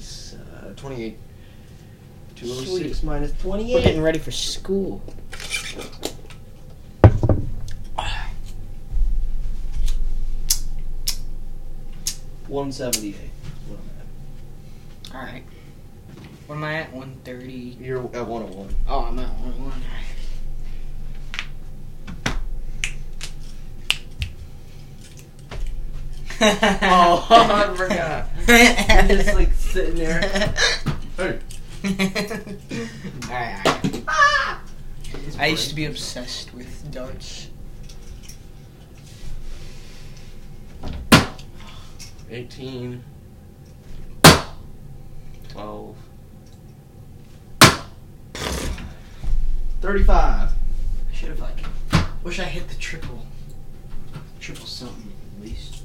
uh, 28.
206
minus
We're getting ready for school.
One seventy-eight.
All right. What am I at? 130.
You're at one
<laughs>
hundred one.
Oh, I'm at <laughs> 101. <laughs>
Oh, I forgot.
I'm
just, like, sitting there. <laughs> Hey.
<laughs> alright, alright. I used to be obsessed with darts.
Eighteen. Twelve. Thirty-five.
I should have like. Wish I hit the triple. Triple something at least.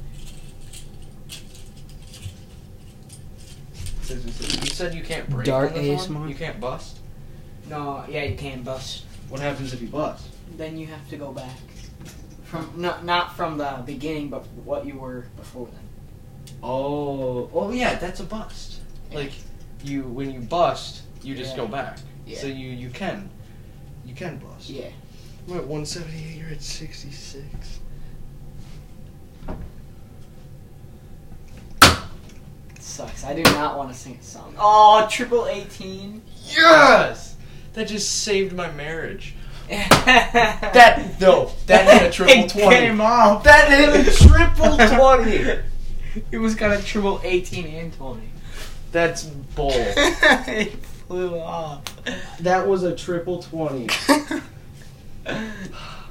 Six and six. You said you can't break.
Dart
on this
ASMR?
one? You can't bust.
No, yeah, you can bust.
What happens if you bust?
Then you have to go back from not not from the beginning, but what you were before then.
Oh, oh yeah, that's a bust. Like you, when you bust, you just
Yeah.
go back.
Yeah.
So you you can, you can bust.
Yeah.
I'm at 178. You're at 66.
sucks. I do not want to sing a song. Oh, triple <laughs> eighteen.
Yes! That just saved
<laughs>
my marriage.
that
no,
<laughs>
that hit a triple
it
20.
Came off.
That hit
<laughs>
a triple 20.
It was kind of triple eighteen and twenty.
That's bull.
<laughs> it flew off.
That was a triple 20.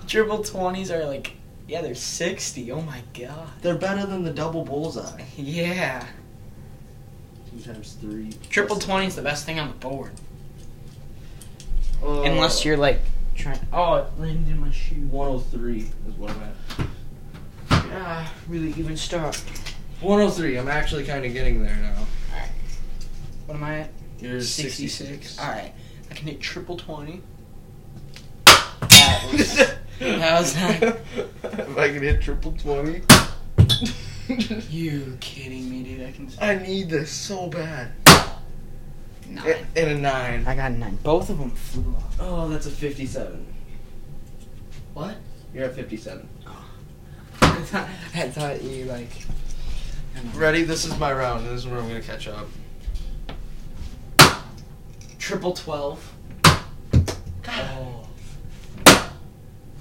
triple twenties are like, yeah, they're sixty. Oh my god.
They're better than the double bullseye.
Yeah.
Two times three.
Triple twenty is the best thing on the board.
Uh,
Unless you're like trying. Oh, it landed in my shoe.
103 is what I'm at.
Ah, really even start.
103. I'm actually kind of getting there now.
What am I at?
You're
66.
66. <laughs>
All right, I can hit triple <laughs> twenty. That was. That was not-
if I can hit triple 20.
you kidding me, dude? I can.
<laughs> I need this so bad.
Nine.
A- And a 9.
I got a nine. Both of them flew off.
Oh, that's a 57.
What?
You're at 57.
I thought, I thought you like.
Ready? This is my round, and this is where I'm going to catch
<laughs>
up.
Triple twelve. Oh.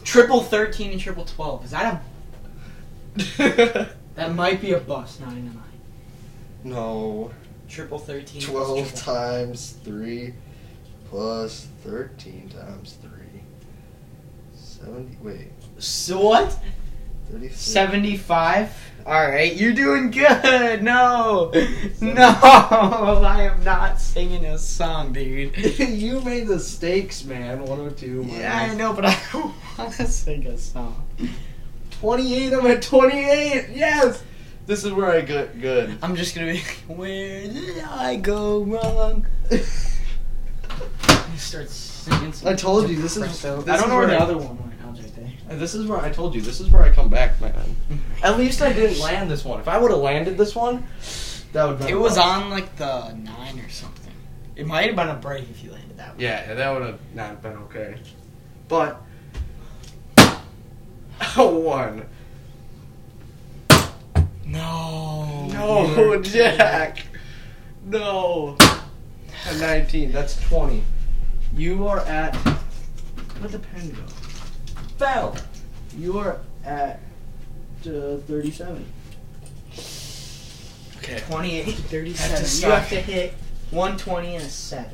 Triple thirteen and triple twelve. Is that a? That might be a bust. Not in mine.
No.
Triple thirteen. is
12
triple-
times 3 plus 13 times 3. 70. Wait.
So what?
33.
Seventy-five. All right, you're doing good.
<laughs>
No, <laughs> no, I am not singing a song, dude.
you made the stakes, man. 102.
Yeah, I know, but I <laughs> don't want to sing a song.
28. I'm at 28. Yes.
This is where I get good.
I'm just gonna be <laughs> like, where did I go wrong? I start singing. Some
I told you, this is-
depresso-
this
I don't
is
know where the
where-
other one went. I was right there.
And this is where I told you. This is where I come back, man. At least I didn't land this one. If I would have landed this one, that would.
It was on like the nine or something. It might have been a break if you landed that one.
Yeah, that would have not been okay. But <laughs> one.
No.
No, Jack. No. A nineteen. That's twenty. You are at.
Where'd the pen go?
Fell.
You are at uh, 37.
Okay.
28,
Have to
37. You
suck.
have to hit 120 and a 7.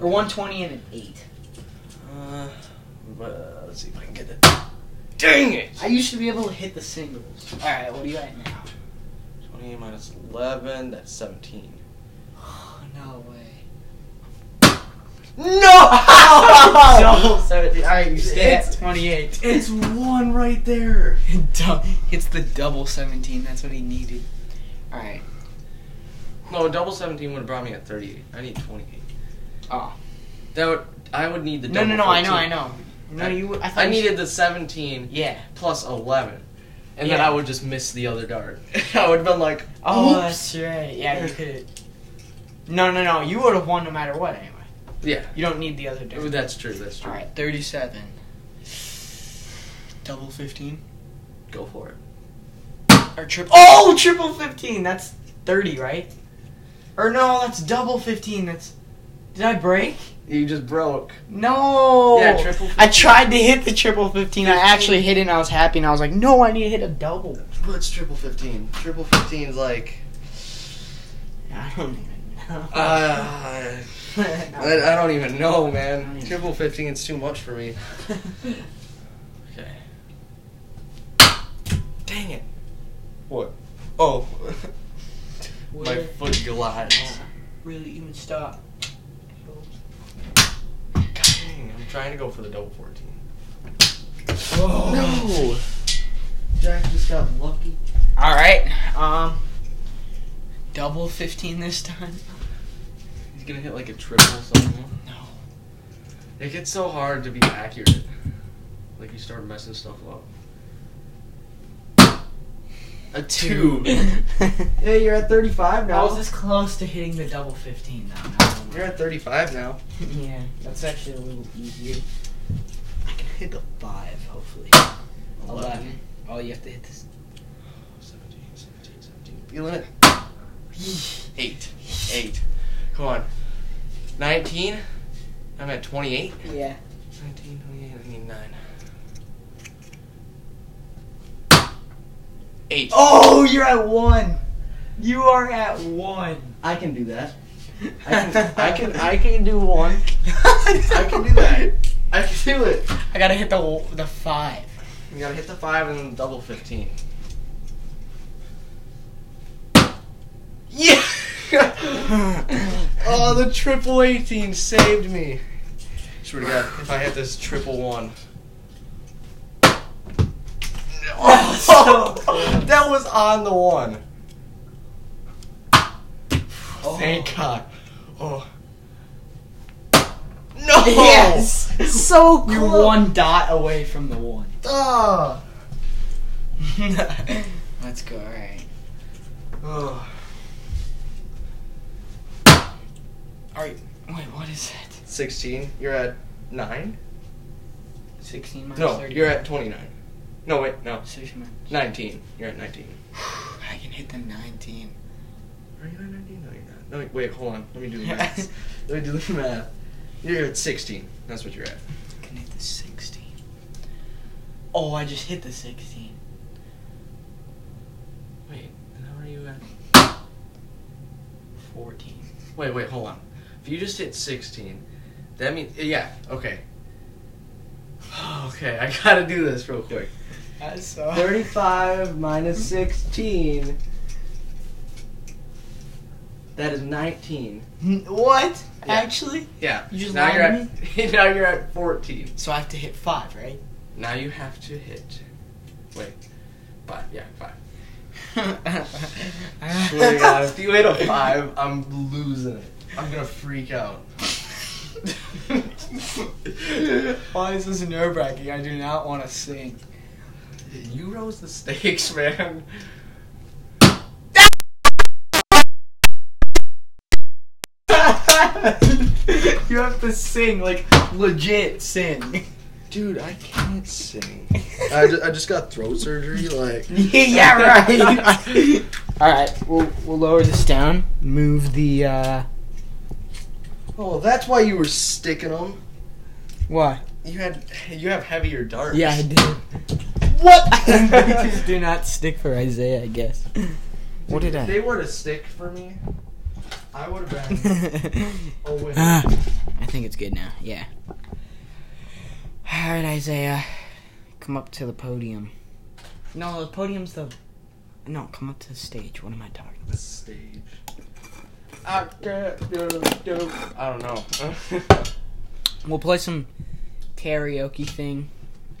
Or 120 and an 8.
Uh, but, uh, let's see if I can get that. Dang it!
I used to be able to hit the singles. Alright, what are you at now?
Twenty minus eleven. That's seventeen.
Oh, no <laughs> way.
No!
Alright, you stay
It's-
at 28. <laughs>
it's one right there.
Du- it's the double 17. That's what he needed. Alright.
<laughs> No, double seventeen would have brought me at thirty-eight. I need twenty-eight.
Oh.
That would I would need the
No, no,
double
no, I know,
14.
I know. No,
I-
you. I, thought
I
you-
needed the seventeen
Yeah.
plus eleven, and then
Yeah.
I would just miss the other dart. <laughs> I would have been like,
Oh,
oh
that's right. Yeah, you could. No, no, no. You would have won no matter what anyway.
yeah.
You don't need the other dude.
Ooh, That's true. That's true.
All right, 37. Double 15?
Go for it.
Or triple. Oh, triple 15! That's 30, right? Or no, that's double 15. That's. Did I break?
You just broke.
No!
Yeah, triple 15.
I tried to hit the triple 15. I actually hit it and I was happy and I was like, no, I need to hit a double.
What's triple fifteen? Triple fifteen's like.
I don't even <laughs> know.
Uh, I,
uh,
I don't even know, man. Triple fifteen is too much for <laughs> me. Okay. Dang it. What? Oh. <laughs> My
Where-
foot glides.
really even stop.
Dang, I'm trying to go for the double 14.
Oh. Jack just got lucky.
Alright, um. Double 15 this time?
He's gonna hit like a triple something.
No.
It gets so hard to be accurate. Like you start messing stuff up. A <laughs> two.
<laughs>
Yeah, you're at 35
I
now.
was this close to hitting the double 15 though.
You're at 35 now.
yeah, that's actually a little easier. I can hit the 5, hopefully. 11. Oh, you have to hit this.
17, 17, 17. Feeling it. Eight. Eight. Come on. 19. I'm at 28.
Yeah.
19, 28, I need 9. 8.
Oh, you're at one. You are at <laughs> one.
I can do that.
<laughs> I can, I can, I can do <laughs> one.
I can do that. I can do it.
I gotta hit the the five.
You gotta hit the five and then double fifteen. Yeah. <laughs> oh, the triple eighteen saved me. Swear to God, if I hit this triple one. <laughs> Oh, that was on the one. Thank God. Oh. No.
Yes. So
You
you're one dot away from the one.
Ah.
<laughs> Let's go. All right.
Oh.
All right. Wait, what is it?
16. You're at 9?
Sixteen minus
No,
thirty.
you're at 29. No, wait, no.
Sixteen minus.
19. You're at 19.
<sighs> I can hit the nineteen.
Are you at 19? No, you're not. No, wait, hold on.
<laughs>
Let me do the <laughs> math. Let me do the math. You're at 16. That's what you're at.
I can hit the sixteen. Oh, I just hit the sixteen.
Wait, how are you at?
Fourteen.
Wait, wait, hold on. If you just hit 16, that means. Yeah, okay. <sighs> Okay, I gotta do this real <laughs> quick.
That's so.
35 minus 16. That is 19.
<laughs> What?
Yeah.
Actually.
Yeah.
You just
now
lied
you're
to
at <laughs> now you're at 14.
So I have to hit five, right?
Now you have to hit. Wait. Five. Yeah,
<laughs>
five. Swear to God, if you hit a five, I'm losing it. I'm gonna freak out. <laughs>
Why is this nerve wracking? I do not want to sing.
you rose the stakes, man.
<laughs> you have to sing, like legit <laughs> sing.
Dude, I can't sing. I, ju- I just got throat surgery. Like,
<laughs> yeah, right. All right, we'll we'll lower this down. Move the uh,
oh, that's why you were sticking them.
what?
You had you have heavier darts.
Yeah, I did.
What?
they <laughs> just do not stick for Isaiah, I guess. What did
If They
I?
were to stick for me. I would have been.
<laughs> ah,
Oh wait.
I think it's good now. Yeah. All right, Isaiah, come up to the podium. No, the podium's the. No, come up to the stage. What am I talking?
the stage. I can't do do- I don't know. <laughs>
We'll play some karaoke thing.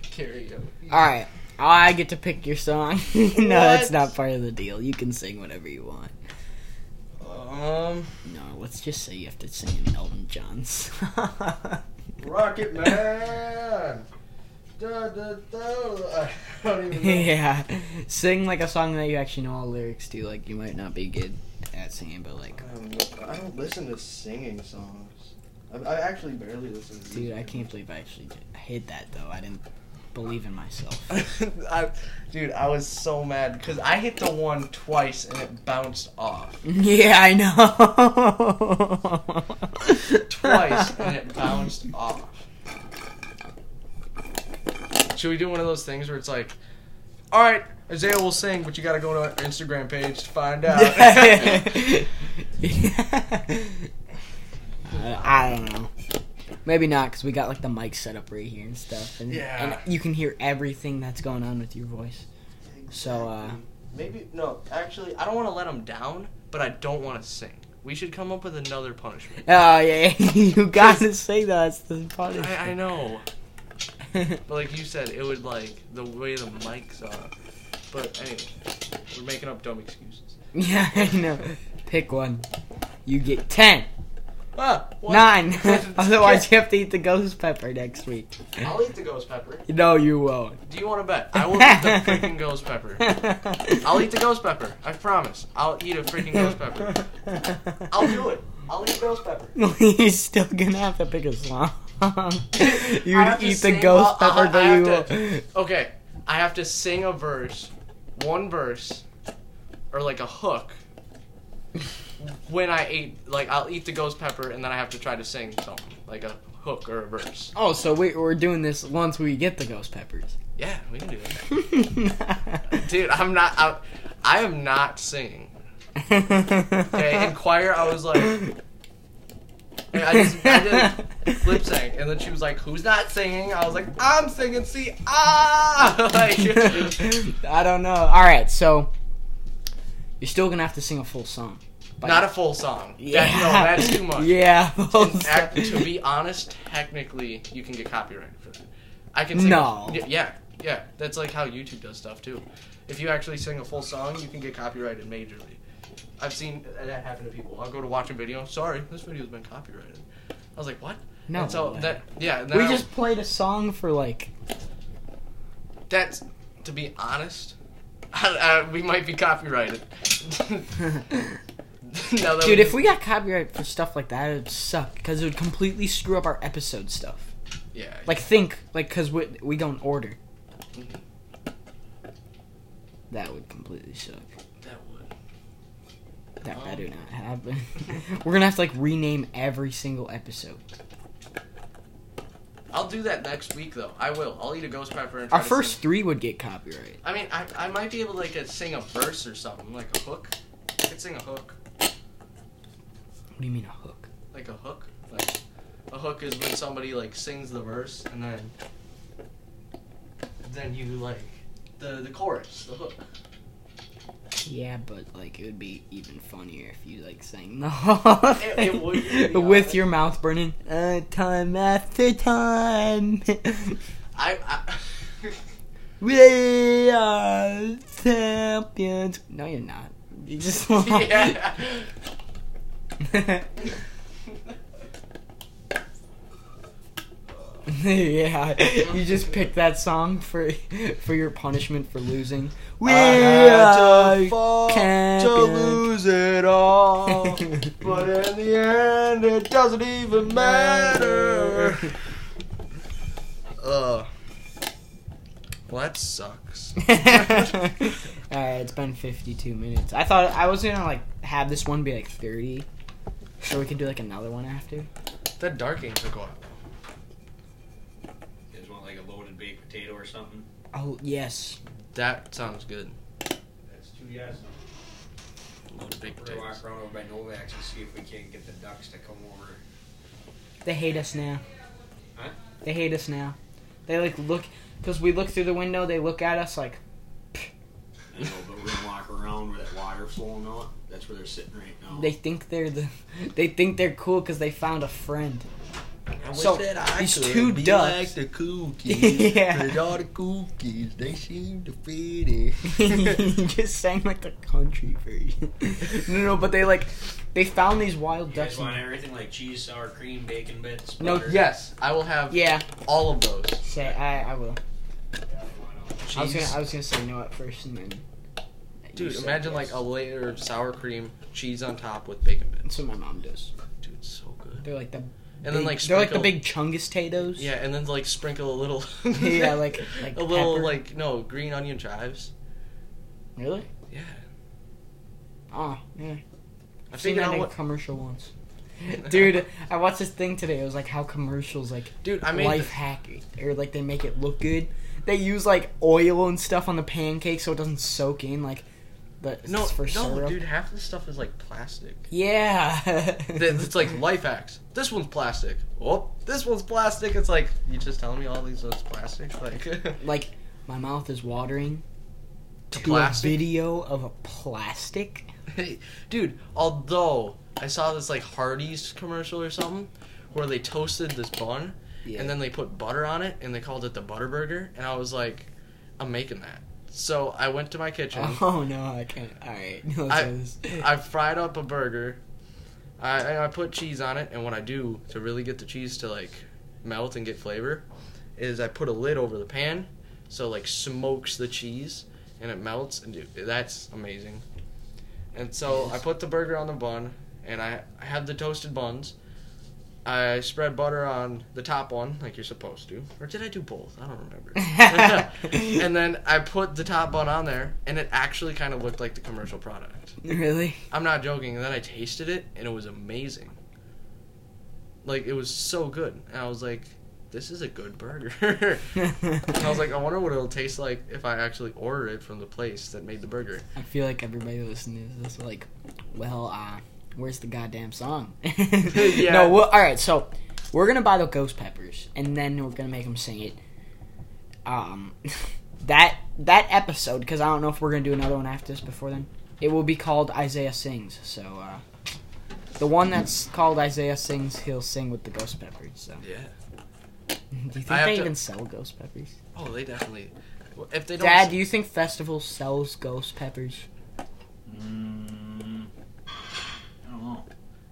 Karaoke.
All right. Oh, I get to pick your song. <laughs> no, that's
What?
not part of the deal. You can sing whatever you want.
Um,
No, let's just say you have to sing an Elton John song. <laughs>
Rocket Man. Da, da, da. I don't even
<laughs>
know.
yeah. Sing like a song that you actually know all the lyrics to. Like, you might not be good at singing, but like,
Um, I don't listen to singing songs. I, I actually barely listen to
dude,
music.
I can't believe I actually did. I hate that though. I didn't believe in myself.
<laughs>
<laughs>
I, dude, I was so mad because I hit the one twice and it bounced off
yeah, I <laughs> know.
twice and it uh, bounced off. Should we do one of those things where it's like, all right, Isaiah will sing, but you got to go to our Instagram page to find out. <laughs>
Uh, <laughs> I don't know. Maybe not, because we got like the mic set up right here and stuff, and,
Yeah.
and you can hear everything that's going on with your voice. So, uh,
Maybe no, actually, I don't want to let him down, but I don't want to sing. We should come up with another punishment.
oh yeah, <laughs> you gotta say that. That's the punishment.
I, I know. But like you said, it would like the way the mics are. But anyway, we're making up dumb excuses.
<laughs> yeah, I know. Pick one. You get ten,
Ah, what? <laughs>
nine. <laughs> Otherwise, you have to eat the ghost pepper next week.
I'll eat the ghost pepper.
No, you won't.
Do you want to bet? I will eat the freaking ghost pepper. I'll
I'll
eat the ghost pepper. I promise. I'll eat a freaking ghost pepper.
<laughs>
I'll do it. I'll eat ghost pepper.
You're still gonna have to pick a song. <laughs> you
I
would
have to
eat the
sing-
ghost
I'll- I'll-
pepper
I
that
have
you
to- Okay, I have to sing a verse, one verse, or like a hook, when I eat, like I'll eat the ghost pepper, and then I have to try to sing something, like a hook or a verse.
Oh, so we, we're doing this once we get the ghost peppers.
<laughs>
<laughs>
Yeah, we can do that, dude. I'm not. I, I am not singing. Okay, in choir, I was like, I just I did lip sync, and then she was like, "Who's not singing?" I was like, "I'm singing." See, ah,
<laughs>
<laughs> like,
I don't know. All right, so you're still gonna have to sing a full song.
not a full song. That, no, that's too
<laughs>
much.
Yeah. full
And act-
song.
to be honest, technically, you can get copyrighted for that. I can sing.
No.
Y- Yeah, yeah. That's like how YouTube does stuff too. If you actually sing a full song, you can get copyrighted majorly. I've seen that happen to people. I'll go to watch a video. Sorry, this video's been copyrighted. I was like, what?
No
And so
way.
that yeah. And then
we
I-
just played a song for
<laughs>
like. <laughs>
that's to be honest. I, I, we might be copyrighted. <laughs> Now that
Dude, if we got copyright for stuff like that, it would suck because it would completely screw up our episode stuff.
yeah,
Like, think, like, because we, we go in order. That would completely suck.
that would.
That
Um.
better not happen. <laughs> We're gonna have to, like, rename every single episode.
I'll do that next week though. I will. I'll eat a ghost pepper. And try
Our
to
first
sing-
three would get copyright.
I mean, I, I might be able to like uh, sing a verse or something, like a hook. I could sing a hook,
What do you mean a hook?
like a hook. Like a hook is when somebody like sings the verse and then then you like the the chorus, the hook.
Yeah, but, like, it would be even funnier if you, like, sang the <laughs> whole
It- it would, to be
thing <laughs>
honest.
with your mouth burning. Uh, time after time. <laughs>
I, <laughs> I
We are champions. No, you're not. <laughs> You just
yeah.
<laughs> yeah. You just picked that song for for your punishment for losing. Uh, We <laughs>
fall it all, in the end, it doesn't even <laughs> Ugh. Uh, Well, that <laughs> sucks.
All right, Uh, it's been 52 minutes. I thought I was gonna like have this one be like 30, so we could do like another one after.
That dark game took a while.
You guys want like a loaded baked potato or something?
Oh yes.
That sounds good.
That's two yes.
Loaded baked
We're gonna walk
potatoes.
around over by Novak's and see if we can't get the ducks to come over.
They hate us now.
Huh?
They hate us now. They like look because we look through the window. They look at us like
I know, but we're gonna walk around where that water flowing out. That's where they're sitting right now.
they think they're the <laughs> they think they're cool because they found a
<laughs>
friend. <laughs>
I
So, these two
be
ducks-
Like the <laughs> cookies.
Yeah.
But all the cookies, they seem to fit it.
you just sang like the country version. <laughs> no, no, but they like they found these wild
You
ducks.
guys
in-
want everything like cheese, sour cream, bacon bits?
No,
butter?
Yes, I will have
yeah,
all of those.
say I I will. I was
Cheese.
gonna I was gonna say no at first and then. you
Dude,
said
imagine like
yes.
a layer of sour cream, cheese on top with bacon bits.
That's what my mom does.
Dude, it's so good.
They're like the
And then like
they're like the
sprinkle-
big chungus tatoes.
Yeah, and then like sprinkle a little.
<laughs>
<laughs>
Yeah, like- like
a little
pepper.
like no green onion chives.
Really?
Yeah,
Oh, yeah.
I
I've seen
figured
that
out
in
what.
commercial
<laughs>
once. Dude, I watched this thing today. It was like how commercials like
Dude, I made
life hack or like they make it look good. They use like oil and stuff on the pancake so it doesn't soak in like the
no,
for
no,
syrup.
dude. Half the stuff is like plastic.
Yeah. <laughs>
Th- it's like life hacks. This one's plastic. Oh, this one's plastic. It's like you just telling me all these ones plastic. Like <laughs>
like my mouth is watering.
To
To
plastic?
a video of a plastic.
Hey, dude, although I saw this like Hardee's commercial or something where they toasted this bun
Yeah.
and then they put butter on it and they called it the butter burger and I was like, I'm making that. So I went to my kitchen,
<laughs> Oh no, I can't. All right. <laughs> No,
I-
so this-
I fried up a burger, I and I put cheese on it, and what I do to really get the cheese to like melt and get flavor is I put a lid over the pan so like smokes the cheese and it melts and dude, that's amazing. And so I put the burger on the bun and I, I have the toasted buns I spread butter on the top one, like you're supposed to. Or did I do both? I don't remember. and then I put the top bun on there, and it actually kind of looked like the commercial product.
Really? <laughs>
I'm not joking. And then I tasted it, and it was amazing. Like, it was so good. And I was like, this is a good burger. <laughs> And I was like, I wonder what it'll taste like if I actually order it from the place that made the burger.
I feel like everybody listening to this is like, well, uh, where's the goddamn song? <laughs>
Yeah.
No, well, all right, so we're going to buy the ghost peppers and then we're going to make them sing it. Um <laughs> that that episode cuz I don't know if we're going to do another one after this before then. It will be called Isaiah Sings. So uh the one that's called Isaiah Sings, he'll sing with the ghost peppers. So, <laughs>
Yeah.
do you think
I have
they
to-
even sell ghost peppers?
Oh, they definitely. If they don't.
Dad, do you think Festival sells ghost peppers?
Mm, I don't know.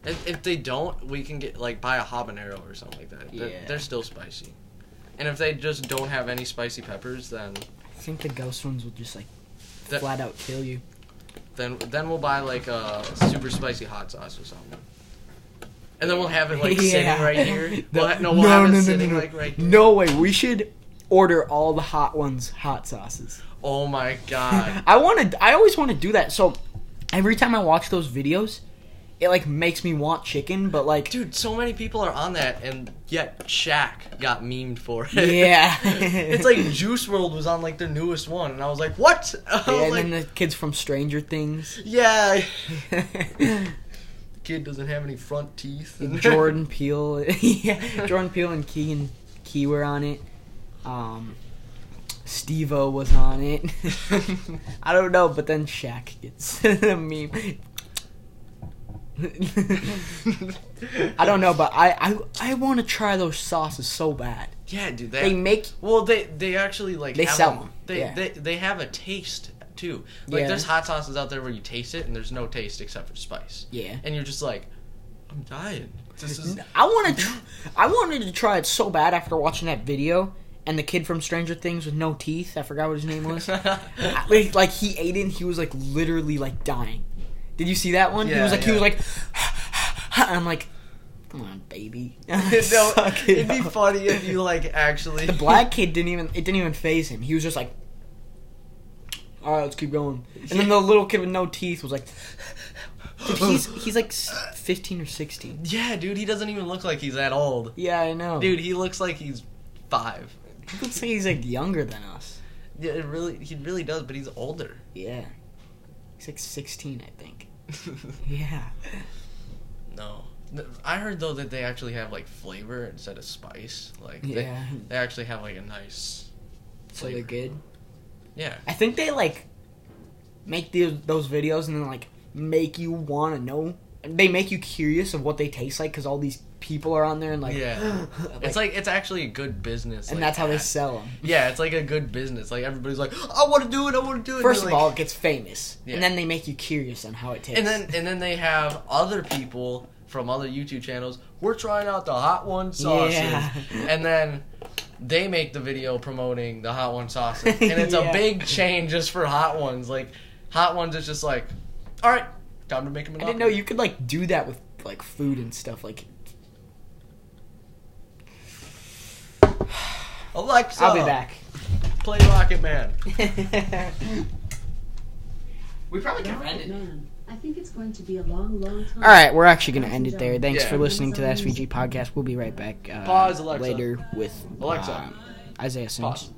If, if they don't, we can get like buy a habanero or something like that. They're,
Yeah.
they're still spicy. And if they just don't have any spicy peppers, then
I think the ghost ones will just like
That-
flat out kill you.
then then we'll buy like a super spicy hot sauce or something. And then we'll have it
<laughs>
like
Yeah.
sitting
<laughs>
right here.
The-
We'll ha- no, we'll
no,
have it
no, no,
sitting
no, no.
like right here.
No way. We should order all the hot ones hot sauces.
Oh my god. <laughs>
I want to. I always want to do that. So every time I watch those videos, it like makes me want chicken. But like,
Dude, so many people are on that, and yet Shaq got memed for it.
Yeah.
<laughs> it's like Juice World was on like their newest one, and I was like, "What?" <laughs> I
yeah,
was
and
like,
then the kids from Stranger
<laughs>
Things, <laughs>
"Yeah." Kid doesn't have any front teeth. <laughs>
Jordan Peele, <laughs> yeah, Jordan Peele and Keegan Key were on it. Um, Steve-O was on it.
<laughs>
<laughs> I don't know, but then Shaq gets <laughs> the meme. I don't know, but I I, I want to try those sauces so bad.
Yeah, dude.
They make
Well, they they actually like
They
have
sell
a-
them,
They,
yeah.
they they have a taste too. Like
Yeah.
there's hot sauces out there where you taste it and there's no taste except for spice.
yeah.
And you're just like, I'm dying. This is
I want to tr- I wanted to try it so bad after watching that video and the kid from Stranger Things with no teeth. I forgot what his name <laughs>
<laughs>
was. like, like he ate it and he was like literally like dying. Did you see that one? he
Yeah,
was like he was
yeah.
like <laughs> and I'm like come on baby. <laughs>
<laughs> no,
Suck it
it'd be
up.
funny if you like actually
The
<laughs>
black kid didn't even it didn't even phase him. He was just like all right, let's keep going. And then the little kid with no teeth was like Dude, he's he's like s- 15 or 16.
Yeah, dude, he doesn't even look like he's that old.
Yeah, I know.
Dude, he looks like he's five.
he looks like he's like younger than us.
Yeah, it really, he really does, but he's older. <laughs>
Yeah. He's like 16, I think. Yeah.
no, I heard though that they actually have like flavor instead of spice. Like,
Yeah.
they, they actually have like a nice,
So they're good.
yeah.
I think they like make the, those videos and then like make you want to know. They make you curious of what they taste like because all these people are on there and like. <gasps>
Yeah. it's like it's actually a good business,
And
like
that's how they
that.
sell them.
Yeah, it's like a good business. Like everybody's like, I want to do it, I want to do it.
First
They're
of all,
like-
it gets famous,
Yeah.
and then they make you curious on how it tastes.
and then and then they have other people from other YouTube channels. We're trying out the hot one sauces,
Yeah. <laughs>
and then they make the video promoting the hot one sauces,
<laughs>
and it's
Yeah.
a big change just for hot ones. Like hot ones is just like, all right, time to make them.
I didn't know you could like do that with like food and stuff. Like
Alexa.
I'll be
<laughs>
back.
Play Rocket Man.
we probably
Nine.
I think it's going to be a long, long time.
All right, we're actually going to end it there. Thanks
Yeah.
for listening to the SVG podcast. We'll be right back uh,
Pause, Alexa.
later with uh,
Alexa.
Isaiah Sims.
Pause.